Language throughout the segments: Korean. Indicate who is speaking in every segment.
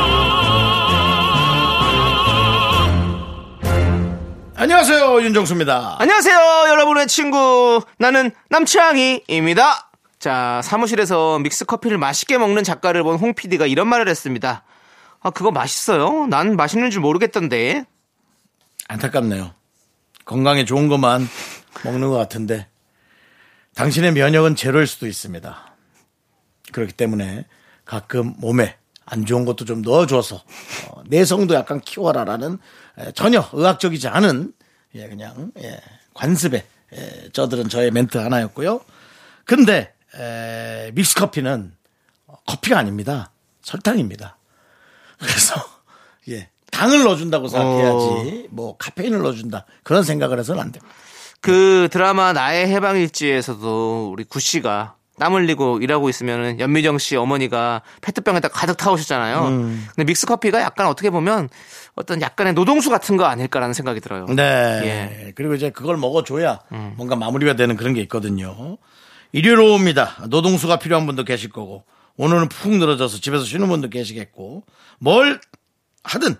Speaker 1: 안녕하세요 윤정수입니다.
Speaker 2: 안녕하세요, 여러분의 친구. 나는 남창희입니다. 자, 사무실에서 믹스 커피를 맛있게 먹는 작가를 본 홍 PD가 이런 말을 했습니다. 아, 그거 맛있어요? 난 맛있는 줄 모르겠던데.
Speaker 1: 안타깝네요. 건강에 좋은 것만 먹는 것 같은데 당신의 면역은 제로일 수도 있습니다. 그렇기 때문에 가끔 몸에 안 좋은 것도 좀 넣어줘서 어, 내성도 약간 키워라라는 에, 전혀 의학적이지 않은 예, 그냥 예, 관습에 예, 저들은 저의 멘트 하나였고요. 근데 에, 믹스커피는 어, 커피가 아닙니다. 설탕입니다. 그래서 예 당을 넣어준다고 생각해야지 뭐 카페인을 넣어준다 그런 생각을 해서는 안 됩니다.
Speaker 2: 그 드라마 나의 해방일지에서도 우리 구 씨가 땀 흘리고 일하고 있으면은 연미정 씨 어머니가 페트병에다 가득 타오셨잖아요.
Speaker 1: 음.
Speaker 2: 근데 믹스 커피가 약간 어떻게 보면 어떤 약간의 노동수 같은 거 아닐까라는 생각이 들어요.
Speaker 1: 네.
Speaker 2: 예.
Speaker 1: 그리고 이제 그걸 먹어줘야
Speaker 2: 음.
Speaker 1: 뭔가 마무리가 되는 그런 게 있거든요. 일요일 오후입니다. 노동수가 필요한 분도 계실 거고 오늘은 푹 늘어져서 집에서 쉬는 분도 계시겠고 뭘 하든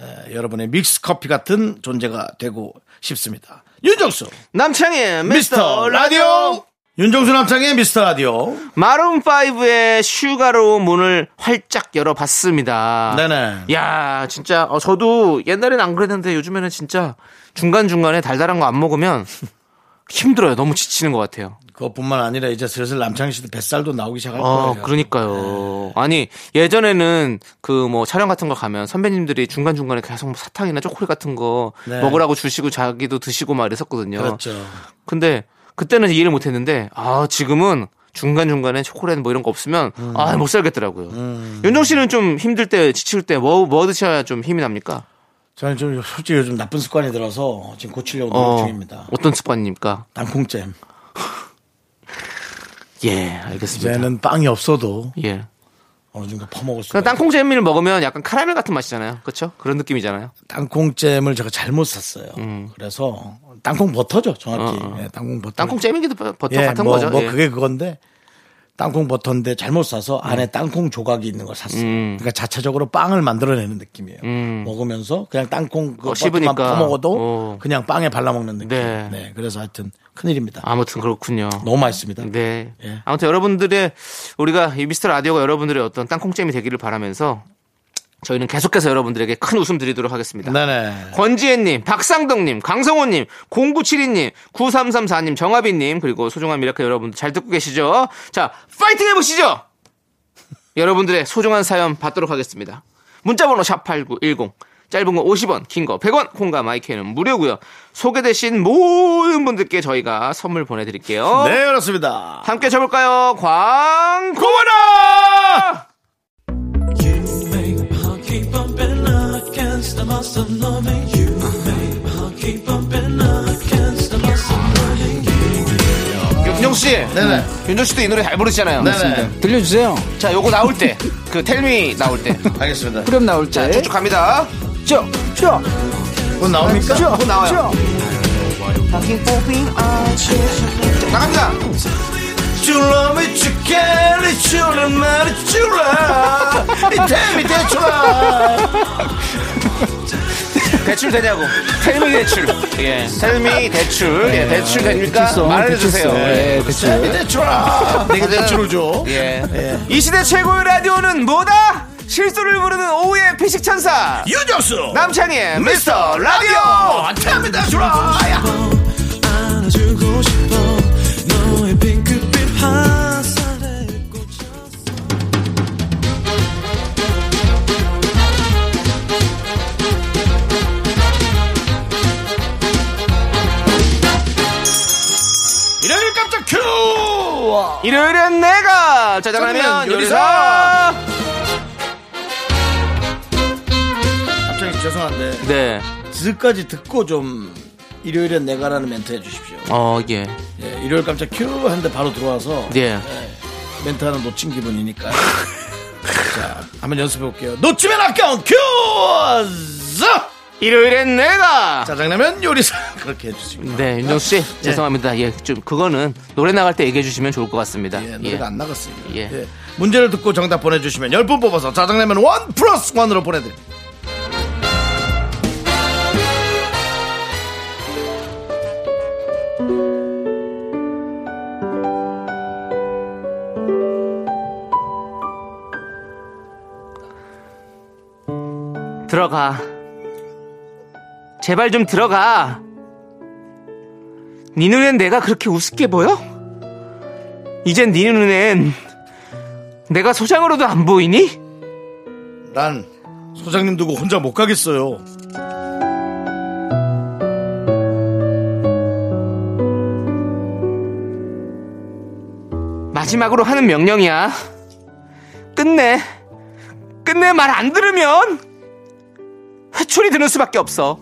Speaker 1: 에, 여러분의 믹스 커피 같은 존재가 되고 싶습니다. 윤정수
Speaker 2: 남창희
Speaker 1: 미스터 라디오 윤정수 남창의 미스터 라디오
Speaker 2: 마룬 5의 슈가로 문을 활짝 열어봤습니다.
Speaker 1: 네네.
Speaker 2: 예. 야, 진짜 어, 저도 옛날엔 안 그랬는데 요즘에는 진짜 중간 중간에 달달한 거 안 먹으면 힘들어요. 너무 지치는 것 같아요.
Speaker 1: 그것뿐만 아니라 이제 슬슬 남창희 씨도 뱃살도 나오기 시작할
Speaker 2: 어,
Speaker 1: 거예요. 네.
Speaker 2: 그러니까요. 아니 예전에는 그 뭐 촬영 같은 거 가면 선배님들이 중간 중간에 계속 뭐 사탕이나 초콜릿 같은 거
Speaker 1: 네.
Speaker 2: 먹으라고 주시고 자기도 드시고 막 이랬었거든요.
Speaker 1: 그렇죠.
Speaker 2: 근데 그때는 이해를 못했는데 아 지금은 중간 중간에 초콜릿 뭐 이런 거 없으면
Speaker 1: 음.
Speaker 2: 아 못 살겠더라고요. 윤정 씨는 좀 힘들 때 지칠 때 뭐 뭐 드셔야 좀 힘이 납니까?
Speaker 1: 저는 좀 솔직히 요즘 나쁜 습관이 들어서 지금 고치려고 노력
Speaker 2: 어,
Speaker 1: 뭐 중입니다.
Speaker 2: 어떤 습관입니까?
Speaker 1: 땅콩잼.
Speaker 2: 예, 알겠습니다.
Speaker 1: 이제는 빵이 없어도
Speaker 2: 예.
Speaker 1: 어느 정도 퍼먹을 수
Speaker 2: 그냥
Speaker 1: 있어요.
Speaker 2: 땅콩 잼을 먹으면 약간 카라멜 같은 맛이잖아요. 그렇죠? 그런 느낌이잖아요.
Speaker 1: 땅콩잼을 제가 잘못 샀어요. 그래서 땅콩 버터죠, 정확히.
Speaker 2: 음. 어, 어.
Speaker 1: 예, 땅콩 버터.
Speaker 2: 땅콩 잼이기도 버터
Speaker 1: 예,
Speaker 2: 같은
Speaker 1: 뭐,
Speaker 2: 거죠.
Speaker 1: 뭐
Speaker 2: 예.
Speaker 1: 그게 그건데 땅콩 버터인데 잘못 사서 안에 땅콩 조각이 있는 걸 샀어요.
Speaker 2: 음.
Speaker 1: 그러니까 자체적으로 빵을 만들어내는 느낌이에요.
Speaker 2: 음.
Speaker 1: 먹으면서 그냥 땅콩 그
Speaker 2: 어,
Speaker 1: 버터만
Speaker 2: 씹으니까.
Speaker 1: 퍼먹어도
Speaker 2: 어.
Speaker 1: 그냥 빵에 발라먹는 느낌. 네.
Speaker 2: 네.
Speaker 1: 그래서 하여튼 큰일입니다.
Speaker 2: 아무튼 그렇군요.
Speaker 1: 너무 맛있습니다.
Speaker 2: 네.
Speaker 1: 뭐 예.
Speaker 2: 아무튼 여러분들의 우리가 이 미스터 라디오가 여러분들의 어떤 땅콩잼이 되기를 바라면서 저희는 계속해서 여러분들에게 큰 웃음 드리도록 하겠습니다.
Speaker 1: 네네.
Speaker 2: 권지혜님, 박상덕님, 강성호님, 0972님, 9334님, 정아빈님, 그리고 소중한 미라클 여러분들 잘 듣고 계시죠? 자, 파이팅 해보시죠! 여러분들의 소중한 사연 받도록 하겠습니다. 문자번호 샵8910. 짧은 거 50원, 긴 거 100원, 콩과 마이크는 무료고요 소개되신 모든 분들께 저희가 선물 보내드릴게요.
Speaker 1: 네, 그렇습니다.
Speaker 2: 함께 쳐볼까요? 광고라! 윤정씨,
Speaker 1: 네네.
Speaker 2: 윤정씨도 이 노래 잘 부르시잖아요.
Speaker 1: 네네.
Speaker 3: 들려주세요.
Speaker 2: 자, 요거 나올 때, 그 텔미 나올 때,
Speaker 1: 알겠습니다.
Speaker 3: 그럼 나올 때.
Speaker 2: 쭉쭉 갑니다.
Speaker 3: 쭉, 쭉,
Speaker 1: 그건 나옵니까?
Speaker 2: 곧 나와요.
Speaker 3: 쭉.
Speaker 2: 나갑니다.
Speaker 1: You love me, you care, it's your man, it's your love. It tell me that you love.
Speaker 2: 대출 되냐고. 텔미 대출. 예. 텔미 대출. 예, 대출 됩니까?
Speaker 3: 대출성,
Speaker 2: 말해주세요.
Speaker 3: 대출성.
Speaker 2: 예.
Speaker 1: 네.
Speaker 3: 예, 대출.
Speaker 1: Tell me that you love. 내가 대출을 줘.
Speaker 2: 그 예. 이 시대 최고의 라디오는 뭐다? 실수를 부르는 오후의 피식천사.
Speaker 1: 유정수
Speaker 2: 남창희의 미스터 라디오!
Speaker 1: 라디오 Tell me that you love. 일요일 깜짝 큐.
Speaker 2: 일요일엔 내가 짜장라면
Speaker 1: 짜장면
Speaker 2: 요리사.
Speaker 1: 갑자기 죄송한데
Speaker 2: 네.
Speaker 1: 지금까지 듣고 좀 일요일엔 내가라는 멘트 해주십시오.
Speaker 2: 어, 예.
Speaker 1: 예, 일요일 깜짝 큐 하는데 바로 들어와서
Speaker 2: 예.
Speaker 1: 멘트 하나 놓친 기분이니까. 자, 한번 연습해 볼게요. 놓치면 아까운 큐! 자!
Speaker 2: 일요일엔 내가!
Speaker 1: 짜장라면 요리사 그렇게 해주시고
Speaker 2: 네, 윤정수 씨. 죄송합니다. 예, 좀, 그거는 노래 나갈 때 얘기해 주시면 좋을 것 같습니다.
Speaker 1: 예,
Speaker 2: 예.
Speaker 1: 노래가 안 나갔습니다.
Speaker 2: 예.
Speaker 1: 예. 문제를 듣고 정답 보내주시면 10분 뽑아서 짜장라면 원 플러스 원으로 보내드립니다.
Speaker 2: 들어가. 제발 좀 들어가. 네 눈엔 내가 그렇게 우습게 보여? 이젠 네 눈엔 내가 소장으로도 안 보이니?
Speaker 1: 난 소장님 두고 혼자 못 가겠어요.
Speaker 2: 마지막으로 하는 명령이야. 끝내. 끝내 말 안 들으면 회초리 드는 수밖에 없어.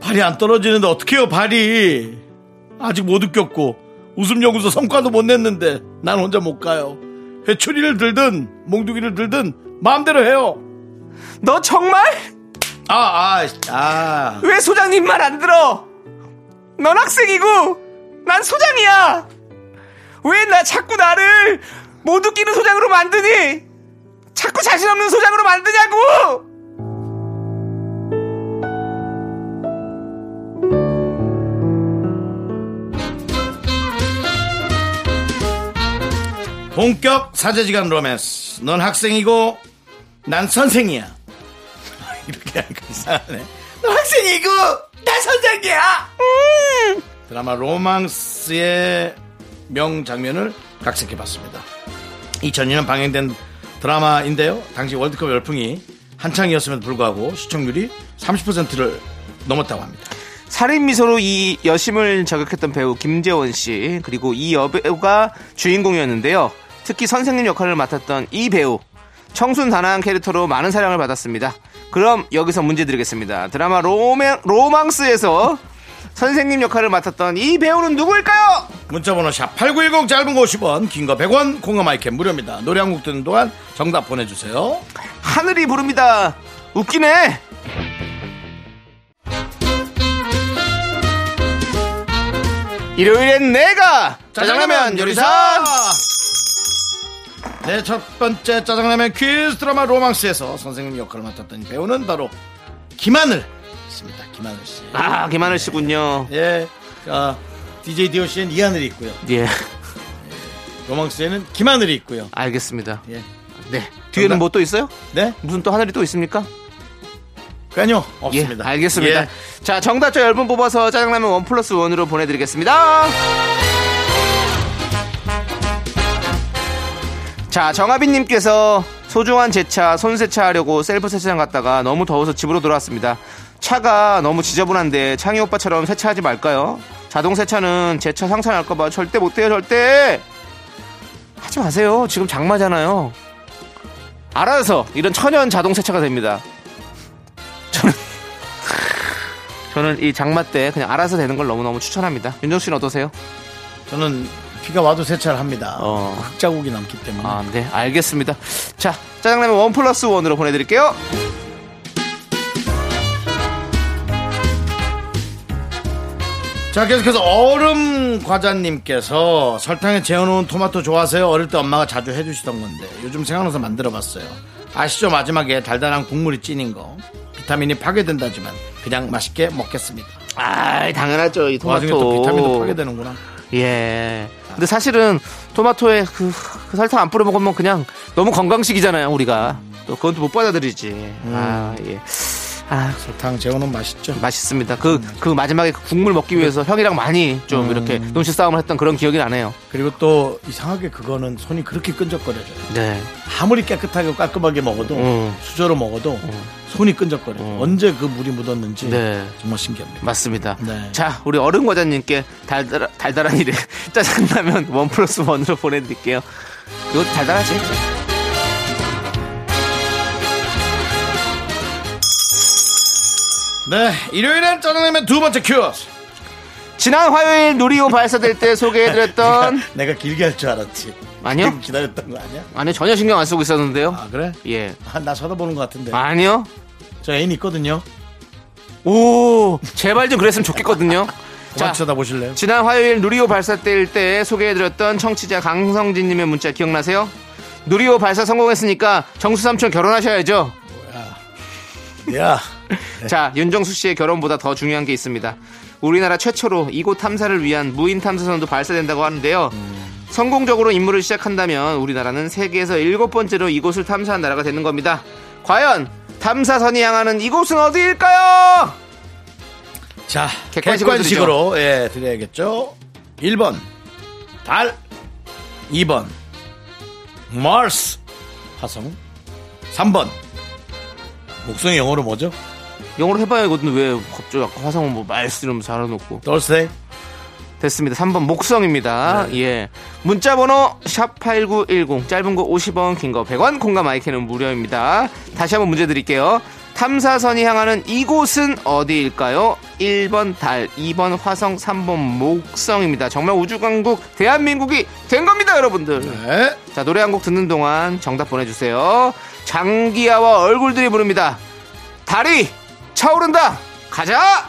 Speaker 1: 발이 안 떨어지는데 어떡해요 발이 아직 못 웃겼고 웃음 연구소 성과도 못 냈는데 난 혼자 못 가요 회초리를 들든 몽둥이를 들든 마음대로 해요
Speaker 2: 너 정말
Speaker 1: 아아아 아,
Speaker 2: 왜 소장님 말 안 들어? 넌 학생이고 난 소장이야. 왜 나 자꾸 나를 못 웃기는 소장으로 만드니? 자꾸 자신 없는 소장으로 만드냐고!
Speaker 1: 본격 사제지간 로맨스 넌 학생이고 난 선생이야 이렇게 하니까 이상하네 넌 학생이고 난 선생이야 음! 드라마 로망스의 명장면을 각색해봤습니다 2002년 방영된 드라마인데요. 당시 월드컵 열풍이 한창이었음에도 불구하고 시청률이 30%를 넘었다고 합니다.
Speaker 2: 살인 미소로 이 여심을 저격했던 배우 김재원 씨 그리고 이 여배우가 주인공이었는데요. 특히 선생님 역할을 맡았던 이 배우 청순 단아한 캐릭터로 많은 사랑을 받았습니다. 그럼 여기서 문제 드리겠습니다. 드라마 로맨, 로망스에서 선생님 역할을 맡았던 이 배우는 누구일까요?
Speaker 1: 문자번호 샵 8910 짧은 거 50원, 긴 거 100원, 콩가 마이캠 무료입니다. 노래 한 곡 듣는 동안 정답 보내주세요.
Speaker 2: 하늘이 부릅니다. 웃기네. 일요일엔 내가 짜장라면 요리사
Speaker 1: 네, 첫 번째 짜장라면 퀴즈 드라마 로망스에서 선생님 역할을 맡았던 배우는 바로 김하늘 씨입니다. 김하늘 씨.
Speaker 2: 아 김하늘 씨군요.
Speaker 1: 예, 아, DJ DOC는 이하늘이 있고요.
Speaker 2: 예,
Speaker 1: 로망스에는 김하늘이 있고요.
Speaker 2: 알겠습니다.
Speaker 1: 예.
Speaker 2: 네. 뒤에는 뭐 또 있어요?
Speaker 1: 네?
Speaker 2: 무슨 또 하늘이 또 있습니까?
Speaker 1: 그니요 없습니다.
Speaker 2: 예, 알겠습니다.
Speaker 1: 예.
Speaker 2: 자, 정답자 10분 뽑아서 짜장라면 원 플러스 원으로 보내드리겠습니다. 자, 정아빈님께서 소중한 제 차 손세차 하려고 셀프 세차장 갔다가 너무 더워서 집으로 돌아왔습니다. 차가 너무 지저분한데 창희 오빠처럼 세차하지 말까요? 자동 세차는 제 차 상처날까봐 절대 못해요, 절대! 하지 마세요. 지금 장마잖아요. 알아서 이런 천연 자동 세차가 됩니다. 저는 이 장마 때 그냥 알아서 되는 걸 너무너무 추천합니다. 윤정 씨는 어떠세요?
Speaker 1: 저는 비가 와도 세차를 합니다.
Speaker 2: 어.
Speaker 1: 흙자국이 남기 때문에.
Speaker 2: 아, 네, 알겠습니다. 자, 짜장라면 원 플러스 원으로 보내드릴게요.
Speaker 1: 자, 계속해서 얼음 과자님께서 설탕에 재워놓은 토마토 좋아하세요? 어릴 때 엄마가 자주 해주시던 건데 요즘 생각나서 만들어봤어요. 아시죠? 마지막에 달달한 국물이 찐인 거. 비타민이 파괴된다지만 그냥 맛있게 먹겠습니다.
Speaker 2: 아, 당연하죠. 이
Speaker 1: 그 와중에 또 비타민도 파괴되는구나.
Speaker 2: 예. 근데 사실은 토마토에 그, 그 설탕 안 뿌려 먹으면 그냥 너무 건강식이잖아요, 우리가. 또 그건 또 못 받아들이지.
Speaker 1: 음.
Speaker 2: 아, 예. 아,
Speaker 1: 설탕 재워놓으면 맛있죠?
Speaker 2: 맛있습니다. 그, 그 마지막에 그 국물 먹기 위해서 형이랑 많이 좀
Speaker 1: 음.
Speaker 2: 이렇게 눈치 싸움을 했던 그런 기억이 나네요.
Speaker 1: 그리고 또 이상하게 그거는 손이 그렇게 끈적거려져요.
Speaker 2: 네.
Speaker 1: 아무리 깨끗하게 깔끔하게 먹어도
Speaker 2: 음.
Speaker 1: 수저로 먹어도 손이 끈적거려요. 언제 그 물이 묻었는지
Speaker 2: 네.
Speaker 1: 정말 신기합니다.
Speaker 2: 맞습니다.
Speaker 1: 네.
Speaker 2: 자, 우리 어른 과자님께 달달, 달달한 일에 짜장라면 원 플러스 원으로 보내드릴게요. 이거 달달하지?
Speaker 1: 네, 일요일엔 짜장라면 두 번째 큐.
Speaker 2: 지난 화요일 누리호 발사될 때 소개해드렸던
Speaker 1: 내가 길게 할 줄 알았지.
Speaker 2: 아니요.
Speaker 1: 지금 기다렸던 거 아니야?
Speaker 2: 아니 전혀 신경 안 쓰고 있었는데요.
Speaker 1: 아 그래?
Speaker 2: 예.
Speaker 1: 아, 나 쳐다보는 것 같은데.
Speaker 2: 아니요.
Speaker 1: 저 애인 있거든요.
Speaker 2: 오 제발 좀 그랬으면 좋겠거든요.
Speaker 1: 자,
Speaker 2: 자
Speaker 1: 쳐다보실래요?
Speaker 2: 지난 화요일 누리호 발사될 때 소개해드렸던 청취자 강성진님의 문자 기억나세요? 누리호 발사 성공했으니까 정수 삼촌 결혼하셔야죠.
Speaker 1: 야,
Speaker 2: 네. 자, 윤정수 씨의 결혼보다 더 중요한 게 있습니다. 우리나라 최초로 이곳 탐사를 위한 무인 탐사선도 발사된다고 하는데요. 성공적으로 임무를 시작한다면 우리나라는 세계에서 일곱 번째로 이곳을 탐사한 나라가 되는 겁니다. 과연 탐사선이 향하는 이곳은 어디일까요?
Speaker 1: 자,
Speaker 2: 객관식으로
Speaker 1: 객관식으로 예, 드려야겠죠. 1번 달, 2번 Mars 화성, 3번 목성이 영어로 뭐죠?
Speaker 2: 영어로 해봐야 이거는 왜 갑자기 아까 화성은 뭐 말씀 잘해놓고
Speaker 1: Thursday.
Speaker 2: 됐습니다. 3번 목성입니다. 예. 문자 번호 샵 8910 짧은 거 50원 긴 거 100원 공감 아이캔은 무료입니다. 다시 한번 문제 드릴게요. 탐사선이 향하는 이곳은 어디일까요? 1번 달, 2번 화성, 3번 목성입니다. 정말 우주강국 대한민국이 된 겁니다, 여러분들.
Speaker 1: 네.
Speaker 2: 자, 노래 한 곡 듣는 동안 정답 보내주세요. 장기하와 얼굴들이 부릅니다. 달이 차오른다! 가자!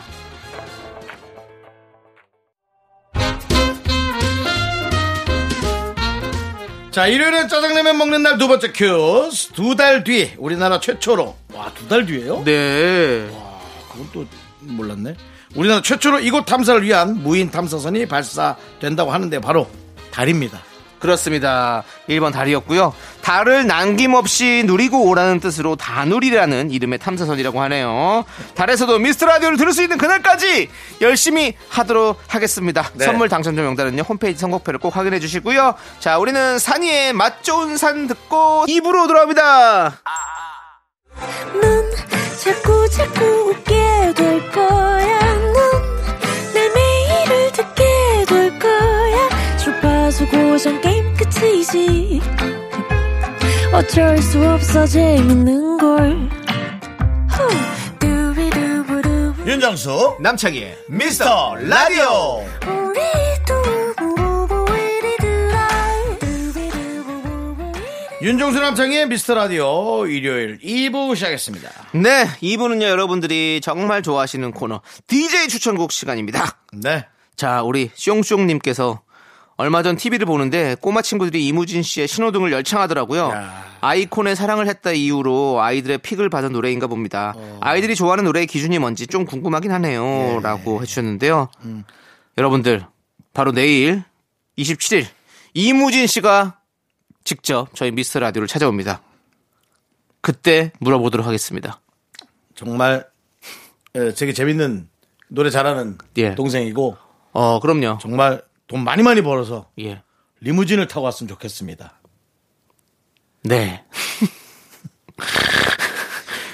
Speaker 1: 자, 일요일에 짜장라면 먹는 날 두 번째 큐스. 두 달 뒤 우리나라 최초로 와, 두 달 뒤에요?
Speaker 2: 네.
Speaker 1: 그건 또 몰랐네. 우리나라 최초로 이곳 탐사를 위한 무인 탐사선이 발사된다고 하는데 바로 달입니다.
Speaker 2: 그렇습니다. 1번 달이었고요. 달을 남김없이 누리고 오라는 뜻으로 다누리라는 이름의 탐사선이라고 하네요. 달에서도 미스터 라디오를 들을 수 있는 그날까지 열심히 하도록 하겠습니다.
Speaker 1: 네.
Speaker 2: 선물 당첨자 명단은요. 홈페이지 선곡표를 꼭 확인해 주시고요. 자, 우리는 산이의 맛 좋은 산 듣고 입으로 돌아옵니다.
Speaker 3: 넌 자꾸 자꾸 웃게 될 거야. 넌내 매일을 듣게 될 거야. 주파수 고정 게임 끝이지. 어쩔 수 없어 재밌는 걸. 후. 두비두부두.
Speaker 1: 윤정수
Speaker 2: 남창희의
Speaker 1: 미스터 어, 라디오
Speaker 3: 우리 두부부부 우리들아. 두비두부부부 우리
Speaker 1: 윤정수 남창의 미스터 라디오 일요일 2부 시작했습니다.
Speaker 2: 네, 이분은요. 여러분들이 정말 좋아하시는 코너 DJ 추천곡 시간입니다.
Speaker 1: 네.
Speaker 2: 자, 우리 숑숑님께서 얼마 전 TV를 보는데 꼬마 친구들이 이무진 씨의 신호등을 열창하더라고요.
Speaker 1: 야.
Speaker 2: 아이콘의 사랑을 했다 이후로 아이들의 픽을 받은 노래인가 봅니다. 아이들이 좋아하는 노래의 기준이 뭔지 좀 궁금하긴 하네요. 라고 해주셨는데요. 여러분들, 바로 내일 27일 이무진 씨가 직접 저희 미스터 라디오를 찾아옵니다. 그때 물어보도록 하겠습니다.
Speaker 1: 정말 예, 되게 재밌는 노래 잘하는
Speaker 2: 예.
Speaker 1: 동생이고
Speaker 2: 어, 그럼요.
Speaker 1: 정말 돈 많이 많이 벌어서
Speaker 2: 예.
Speaker 1: 리무진을 타고 왔으면 좋겠습니다.
Speaker 2: 네.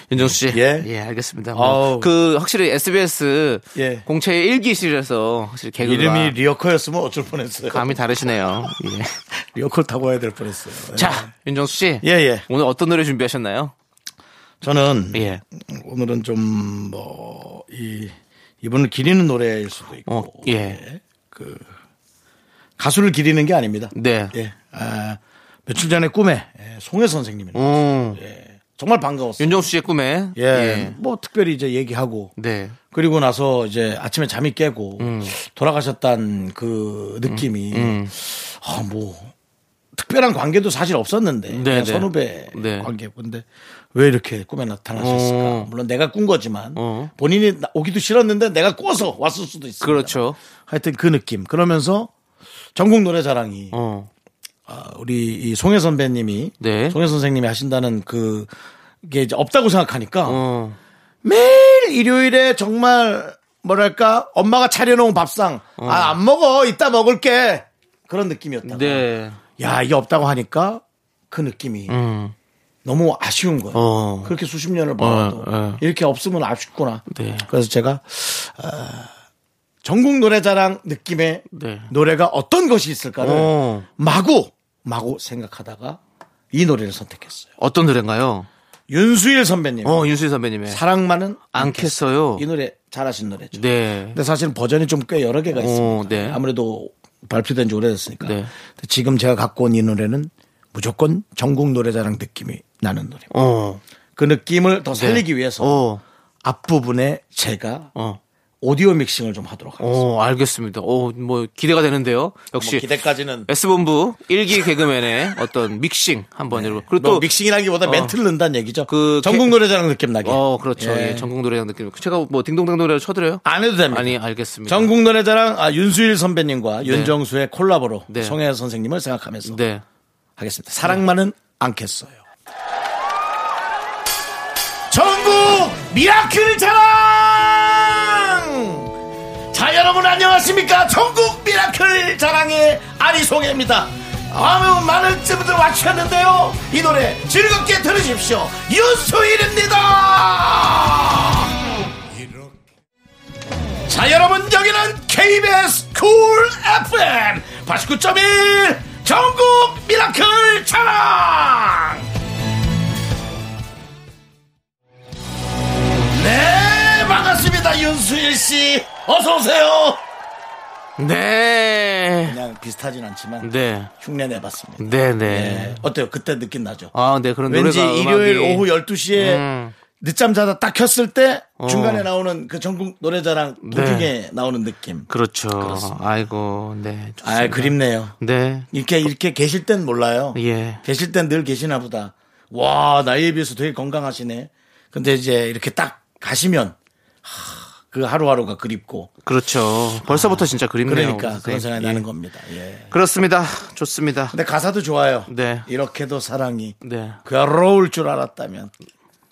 Speaker 2: 윤정수 씨.
Speaker 1: 예.
Speaker 2: 알겠습니다.
Speaker 1: 아우.
Speaker 2: 뭐, 그, 확실히 SBS
Speaker 1: 예.
Speaker 2: 공채 1기실에서 확실히 개그가
Speaker 1: 이름이 리어커였으면 어쩔 뻔했어요.
Speaker 2: 감이 다르시네요. 예.
Speaker 1: 리어커 타고 와야 될 뻔했어요.
Speaker 2: 자, 윤정수 씨.
Speaker 1: 예, 예.
Speaker 2: 오늘 어떤 노래 준비하셨나요?
Speaker 1: 저는
Speaker 2: 예.
Speaker 1: 오늘은 좀 뭐 이 이분을 기리는 노래일 수도 있고
Speaker 2: 어, 예.
Speaker 1: 그 가수를 기리는 게 아닙니다.
Speaker 2: 네.
Speaker 1: 예. 아, 며칠 전에 꿈에 예, 송혜 선생님이
Speaker 2: 오,
Speaker 1: 정말 반가웠어요.
Speaker 2: 어. 윤정수 씨의 꿈에.
Speaker 1: 예. 뭐 특별히 이제 얘기하고
Speaker 2: 네.
Speaker 1: 그리고 나서 이제 아침에 잠이 깨고
Speaker 2: 음.
Speaker 1: 돌아가셨단 그 느낌이 아, 뭐 특별한 관계도 사실 없었는데 그냥 선후배
Speaker 2: 네.
Speaker 1: 관계 근데 왜 이렇게 꿈에 나타나셨을까
Speaker 2: 어.
Speaker 1: 물론 내가 꾼 거지만
Speaker 2: 어.
Speaker 1: 본인이 나- 오기도 싫었는데 내가 꿔서 왔을 수도 있어요
Speaker 2: 그렇죠.
Speaker 1: 하여튼 그 느낌 그러면서 전국 노래 자랑이
Speaker 2: 어.
Speaker 1: 아, 우리 이 송혜 선배님이
Speaker 2: 네.
Speaker 1: 송혜 선생님이 하신다는 그게 이제 없다고 생각하니까
Speaker 2: 어.
Speaker 1: 매일 일요일에 정말 뭐랄까 엄마가 차려놓은 밥상 아 안 먹어 이따 먹을게 그런 느낌이었다가
Speaker 2: 네.
Speaker 1: 야 이게 없다고 하니까 그 느낌이
Speaker 2: 음.
Speaker 1: 너무 아쉬운 거예요
Speaker 2: 어.
Speaker 1: 그렇게 수십 년을 벌어도
Speaker 2: 어.
Speaker 1: 이렇게 없으면 아쉽구나
Speaker 2: 네.
Speaker 1: 그래서 제가 아, 전국 노래자랑 느낌의
Speaker 2: 네.
Speaker 1: 노래가 어떤 것이 있을까를
Speaker 2: 어.
Speaker 1: 마구 마구 생각하다가 이 노래를 선택했어요
Speaker 2: 어떤 노래인가요?
Speaker 1: 윤수일 선배님.
Speaker 2: 어, 윤수희 선배님의
Speaker 1: 사랑만은
Speaker 2: 안 캤어요.
Speaker 1: 이 노래 잘하신 노래죠.
Speaker 2: 네.
Speaker 1: 근데 사실 버전이 좀 꽤 여러 개가 있습니다.
Speaker 2: 네.
Speaker 1: 아무래도 발표된 지 오래됐으니까.
Speaker 2: 네.
Speaker 1: 근데 지금 제가 갖고 온 이 노래는 무조건 전국 노래자랑 느낌이 나는 노래.
Speaker 2: 어.
Speaker 1: 그 느낌을 더 살리기 위해서
Speaker 2: 어.
Speaker 1: 앞부분에 제가
Speaker 2: 어.
Speaker 1: 오디오 믹싱을 좀 하도록 하겠습니다.
Speaker 2: 어, 알겠습니다. 어, 뭐 기대가 되는데요. 역시
Speaker 1: 뭐 기대까지는
Speaker 2: S본부 일기 개그맨의 어떤 믹싱 한번 여러분. 그리고
Speaker 1: 뭐
Speaker 2: 또
Speaker 1: 믹싱이라기보다
Speaker 2: 어.
Speaker 1: 멘트를 넣는다는 얘기죠.
Speaker 2: 그
Speaker 1: 전국
Speaker 2: 개-
Speaker 1: 노래자랑 느낌 나게.
Speaker 2: 어, 그렇죠.
Speaker 1: 예.
Speaker 2: 예, 전국 노래장 느낌. 제가 뭐 딩동댕 노래를 쳐드려요?
Speaker 1: 안 해도 됩니다.
Speaker 2: 아니, 알겠습니다.
Speaker 1: 전국 노래자랑 아, 윤수일 선배님과 윤정수의 콜라보로
Speaker 2: 네.
Speaker 1: 송혜 선생님을 생각하면서
Speaker 2: 네.
Speaker 1: 하겠습니다. 사랑만은 않겠어요. 전국 미라클 자랑! 자, 여러분 안녕하십니까? 전국 미라클 자랑의 아리송혜입니다. 아무 많은 분들 와주셨는데요. 이 노래 즐겁게 들으십시오. 윤수일입니다! 자 여러분 여기는 KBS 쿨 FM 89.1 전국 미라클 자랑 네 반갑습니다 윤수일씨 어서오세요
Speaker 2: 네.
Speaker 1: 그냥 비슷하진 않지만
Speaker 2: 네.
Speaker 1: 흉내 내봤습니다 네,
Speaker 2: 네, 네.
Speaker 1: 어때요 그때 느낌 나죠
Speaker 2: 아, 네. 그런
Speaker 1: 왠지
Speaker 2: 노래가
Speaker 1: 일요일
Speaker 2: 음악이-
Speaker 1: 오후 12시에
Speaker 2: 음.
Speaker 1: 늦잠 자다 딱 켰을 때
Speaker 2: 어. 네.
Speaker 1: 중간에 나오는 그 전국 노래자랑 도중에 나오는 느낌
Speaker 2: 그렇죠. 아이고, 네. 좋습니다.
Speaker 1: 아 그립네요
Speaker 2: 네.
Speaker 1: 이렇게 이렇게 계실 땐 몰라요.
Speaker 2: 예.
Speaker 1: 계실 땐 늘 계시나 보다. 와 나이에 비해서 되게 건강하시네. 근데 이제 이렇게 딱 가시면 하, 그 하루하루가 그립고
Speaker 2: 그렇죠. 벌써부터 진짜 그립네요.
Speaker 1: 그러니까
Speaker 2: 선생님.
Speaker 1: 그런 생각이
Speaker 2: 예.
Speaker 1: 나는 겁니다. 예.
Speaker 2: 그렇습니다. 좋습니다.
Speaker 1: 근데 가사도 좋아요.
Speaker 2: 네.
Speaker 1: 이렇게도 사랑이
Speaker 2: 네.
Speaker 1: 괴로울 줄 알았다면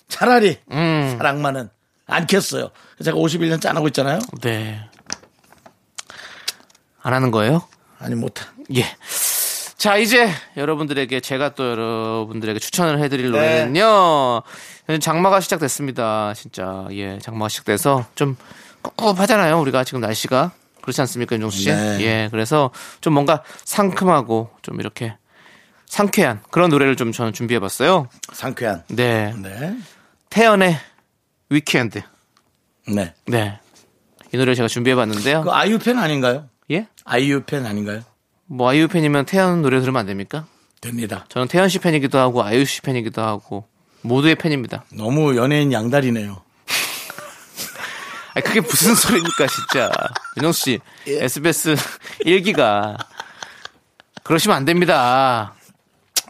Speaker 1: 차라리
Speaker 2: 음.
Speaker 1: 사랑만은 않겠어요. 제가 51년째 안 하고 있잖아요.
Speaker 2: 네. 안 하는 거예요?
Speaker 1: 아니 못한.
Speaker 2: 예. 자, 이제 여러분들에게 제가 또 여러분들에게 추천을 해드릴
Speaker 1: 네.
Speaker 2: 노래는요. 장마가 시작됐습니다. 진짜. 예, 장마가 시작돼서 좀 꿉꿉하잖아요. 우리가 지금 날씨가. 그렇지 않습니까, 윤종수 씨?
Speaker 1: 네.
Speaker 2: 예, 그래서 좀 뭔가 상큼하고 좀 이렇게 상쾌한 그런 노래를 좀 저는 준비해봤어요.
Speaker 1: 상쾌한.
Speaker 2: 네.
Speaker 1: 네.
Speaker 2: 태연의 위키엔드.
Speaker 1: 네.
Speaker 2: 네. 이 노래를 제가 준비해봤는데요.
Speaker 1: 그 아이유 팬 아닌가요?
Speaker 2: 예?
Speaker 1: 아이유 팬 아닌가요?
Speaker 2: 뭐 아이유 팬이면 태연 노래 들으면 안 됩니까?
Speaker 1: 됩니다.
Speaker 2: 저는 태연 씨 팬이기도 하고 아이유 씨 팬이기도 하고 모두의 팬입니다.
Speaker 1: 너무 연예인 양다리네요.
Speaker 2: 아니, 그게 무슨 소리입니까 진짜. 윤정수 씨
Speaker 1: 예.
Speaker 2: SBS 일기가 그러시면 안 됩니다.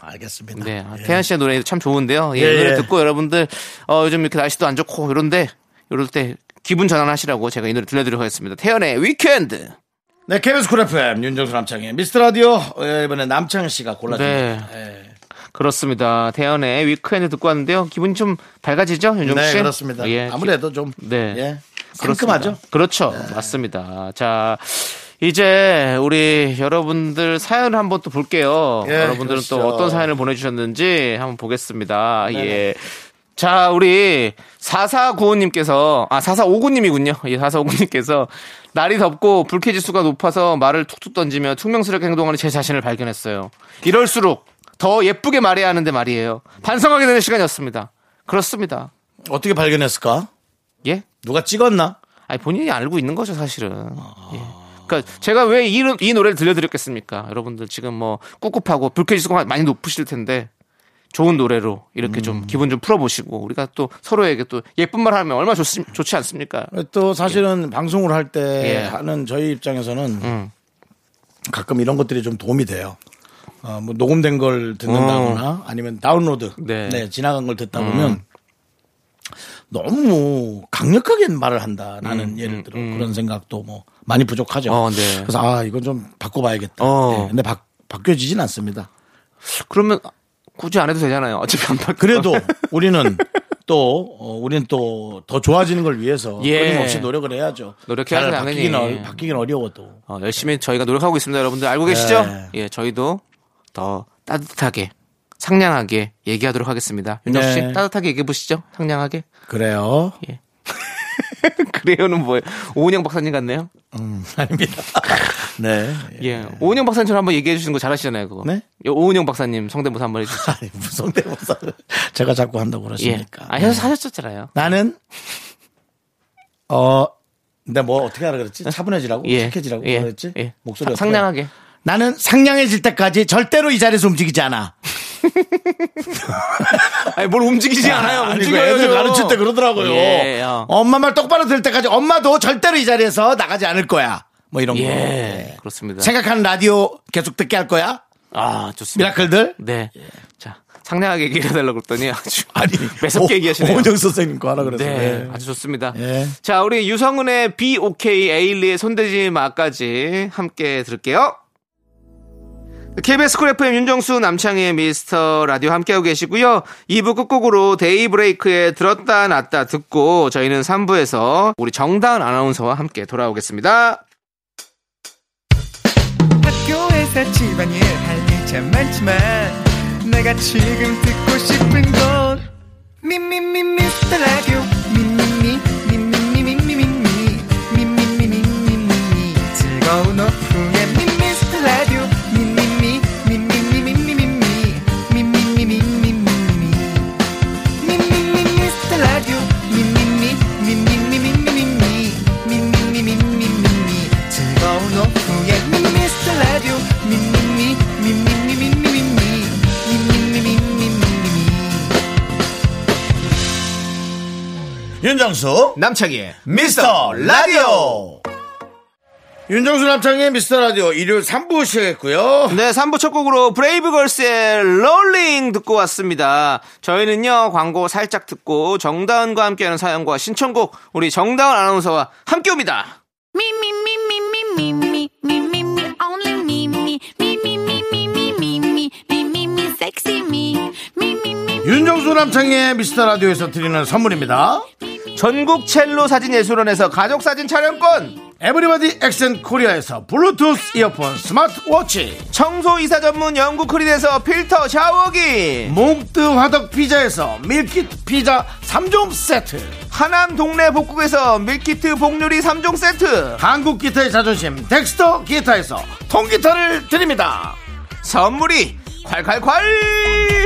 Speaker 1: 알겠습니다.
Speaker 2: 네. 아,
Speaker 1: 예.
Speaker 2: 태연 씨의 노래 참 좋은데요. 예,
Speaker 1: 예,
Speaker 2: 이 노래
Speaker 1: 예.
Speaker 2: 듣고 여러분들 어, 요즘 이렇게 날씨도 안 좋고 이런데 이럴 때 기분 전환하시라고 제가 이 노래 들려드리도록 하겠습니다. 태연의 위켄드.
Speaker 1: 네, KBS 쿨 FM 윤정수 남창의 미스터 라디오 예, 이번에 남창 씨가
Speaker 2: 네.
Speaker 1: 골라줍니다. 예.
Speaker 2: 그렇습니다. 태연의 위크엔드 듣고 왔는데요. 기분이 좀 밝아지죠, 윤정
Speaker 1: 네,
Speaker 2: 씨?
Speaker 1: 그렇습니다.
Speaker 2: 예,
Speaker 1: 아무래도 좀
Speaker 2: 네.
Speaker 1: 예,
Speaker 2: 그렇습니다.
Speaker 1: 상큼하죠. 네.
Speaker 2: 그렇죠. 맞습니다. 자, 이제 우리 여러분들 사연을 한번 또 볼게요.
Speaker 1: 예,
Speaker 2: 여러분들은
Speaker 1: 그러시죠.
Speaker 2: 또 어떤 사연을 보내주셨는지 한번 보겠습니다. 예. 자, 우리 4495님께서, 아, 4459님이군요. 예, 4459님께서 날이 덥고 불쾌지수가 높아서 말을 툭툭 던지며 퉁명스럽게 행동하는 제 자신을 발견했어요. 이럴수록 더 예쁘게 말해야 하는데 말이에요. 반성하게 되는 시간이었습니다. 그렇습니다.
Speaker 1: 어떻게 발견했을까?
Speaker 2: 예?
Speaker 1: 누가 찍었나?
Speaker 2: 아니 본인이 알고 있는 거죠 사실은. 예.
Speaker 1: 아.
Speaker 2: 그러니까 제가 왜 이 이 노래를 들려드렸겠습니까? 여러분들 지금 뭐 꿉꿉하고 불쾌지수가 많이 높으실 텐데 좋은 노래로 이렇게
Speaker 1: 음.
Speaker 2: 좀 기분 좀 풀어보시고 우리가 또 서로에게 또 예쁜 말 하면 얼마나 좋, 좋지 않습니까?
Speaker 1: 또 사실은 방송을 할 때
Speaker 2: 예. 음.
Speaker 1: 하는 저희 입장에서는 가끔 이런 것들이 좀 도움이 돼요. 어, 뭐 녹음된 걸 듣는다거나 아니면 다운로드
Speaker 2: 음. 네.
Speaker 1: 네, 지나간 걸 듣다 보면 너무 강력하게 말을 한다. 나는 예를 들어 그런 생각도 뭐 많이 부족하죠.
Speaker 2: 음, 어, 네.
Speaker 1: 그래서 아 이건 좀 바꿔봐야겠다.
Speaker 2: 어.
Speaker 1: 네, 근데 바, 바뀌어지진 않습니다.
Speaker 2: 그러면 굳이 안 해도 되잖아요. 어차피 안 바꿔.
Speaker 1: 그래도 우리는 또 어, 우리는 또 더 좋아지는 걸 위해서
Speaker 2: 예.
Speaker 1: 끊임없이 노력을 해야죠.
Speaker 2: 노력해야죠,
Speaker 1: 잘 바뀌긴,
Speaker 2: 당연히.
Speaker 1: 어, 바뀌긴 어려워도.
Speaker 2: 어, 열심히 저희가 노력하고 있습니다. 여러분들 알고 계시죠?
Speaker 1: 네.
Speaker 2: 예, 저희도 더 따뜻하게 상냥하게 얘기하도록 하겠습니다. 윤정 씨
Speaker 1: 네.
Speaker 2: 따뜻하게 얘기해 보시죠. 상냥하게.
Speaker 1: 그래요.
Speaker 2: 예. 그래요는 뭐예요? 오은영 박사님 같네요?
Speaker 1: 음, 아닙니다. 네.
Speaker 2: 예. 오은영 박사님처럼 한번 얘기해 주시는 거 잘하시잖아요, 그거.
Speaker 1: 네?
Speaker 2: 예, 오은영 박사님 성대모사 한번 해주시죠.
Speaker 1: 아니, 무슨 대모사를 제가 자꾸 한다고
Speaker 2: 예.
Speaker 1: 그러십니까? 네.
Speaker 2: 아, 해서 하셨었잖아요.
Speaker 1: 나는 어 근데 뭐 어떻게 하라 그랬지? 차분해지라고
Speaker 2: 예.
Speaker 1: 착해지라고
Speaker 2: 예.
Speaker 1: 그랬지?
Speaker 2: 예.
Speaker 1: 목소리 어떻게
Speaker 2: 상냥하게.
Speaker 1: 해? 나는 상냥해질 때까지 절대로 이 자리에서 움직이지 않아.
Speaker 2: 아니, 뭘 움직이지 않아요.
Speaker 1: 아니, 그
Speaker 2: 움직여야죠.
Speaker 1: 애들 가르칠 때 그러더라고요.
Speaker 2: 예, 어.
Speaker 1: 엄마 말 똑바로 들을 때까지 엄마도 절대로 이 자리에서 나가지 않을 거야. 뭐 이런 거.
Speaker 2: 예. 그렇습니다.
Speaker 1: 생각하는 라디오 계속 듣게 할 거야.
Speaker 2: 아, 좋습니다.
Speaker 1: 미라클들. 예.
Speaker 2: 네. 자, 상냥하게 얘기해달라고 그랬더니 아주
Speaker 1: 아니
Speaker 2: 매섭게
Speaker 1: 오-
Speaker 2: 얘기하시네요.
Speaker 1: 오은정 선생님 거 하라 그랬어.
Speaker 2: 네,
Speaker 1: 네.
Speaker 2: 아주 좋습니다.
Speaker 1: 예.
Speaker 2: 자, 우리 유성은의 BOK 에일리의 손대지 마까지 함께 들을게요. KBS 쿨 FM 윤정수 남창희의 미스터 라디오 함께하고 계시고요. 2부 끝곡으로 데이브레이크에 들었다 놨다 듣고 저희는 3부에서 우리 정다은 아나운서와 함께 돌아오겠습니다.
Speaker 4: 학교에서 집안일 할 일 참 많지만 내가 지금 듣고 싶은 건 미미미 미스터 라디오 미미미 미미미 미미미 미미미 미미미 즐거운 오후에 미스터 라디오 미미미 미미미 미미미 미미미 미미미
Speaker 1: 윤정수
Speaker 2: 남창희의
Speaker 1: 미스터 라디오. 윤정수 남창의 미스터 라디오 일요일 3부 시작했고요.
Speaker 2: 네, 3부 첫 곡으로 브레이브걸스의 롤링 듣고 왔습니다. 저희는요, 광고 살짝 듣고 정다은과 함께하는 사연과 신청곡, 우리 정다은 아나운서와 함께 옵니다.
Speaker 3: Me, me, me, me, me, me, me, me, me, me, only me, me, me, me, me, me, me, me, me, me, me, me, sexy me, me, me, me.
Speaker 1: 윤정수 남창의 미스터 라디오에서 드리는 선물입니다.
Speaker 2: 전국 첼로 사진 예술원에서 가족 사진 촬영권,
Speaker 1: 에브리바디 엑센 코리아에서 블루투스 이어폰 스마트워치
Speaker 2: 청소 이사 전문 영국 크린에서 필터 샤워기,
Speaker 1: 몽뜨 화덕 피자에서 밀키트 피자 3종 세트
Speaker 2: 하남 동네 복국에서 밀키트 복요리 3종 세트,
Speaker 1: 한국 기타의 자존심 덱스터 기타에서 통기타를 드립니다
Speaker 2: 선물이 콸콸콸!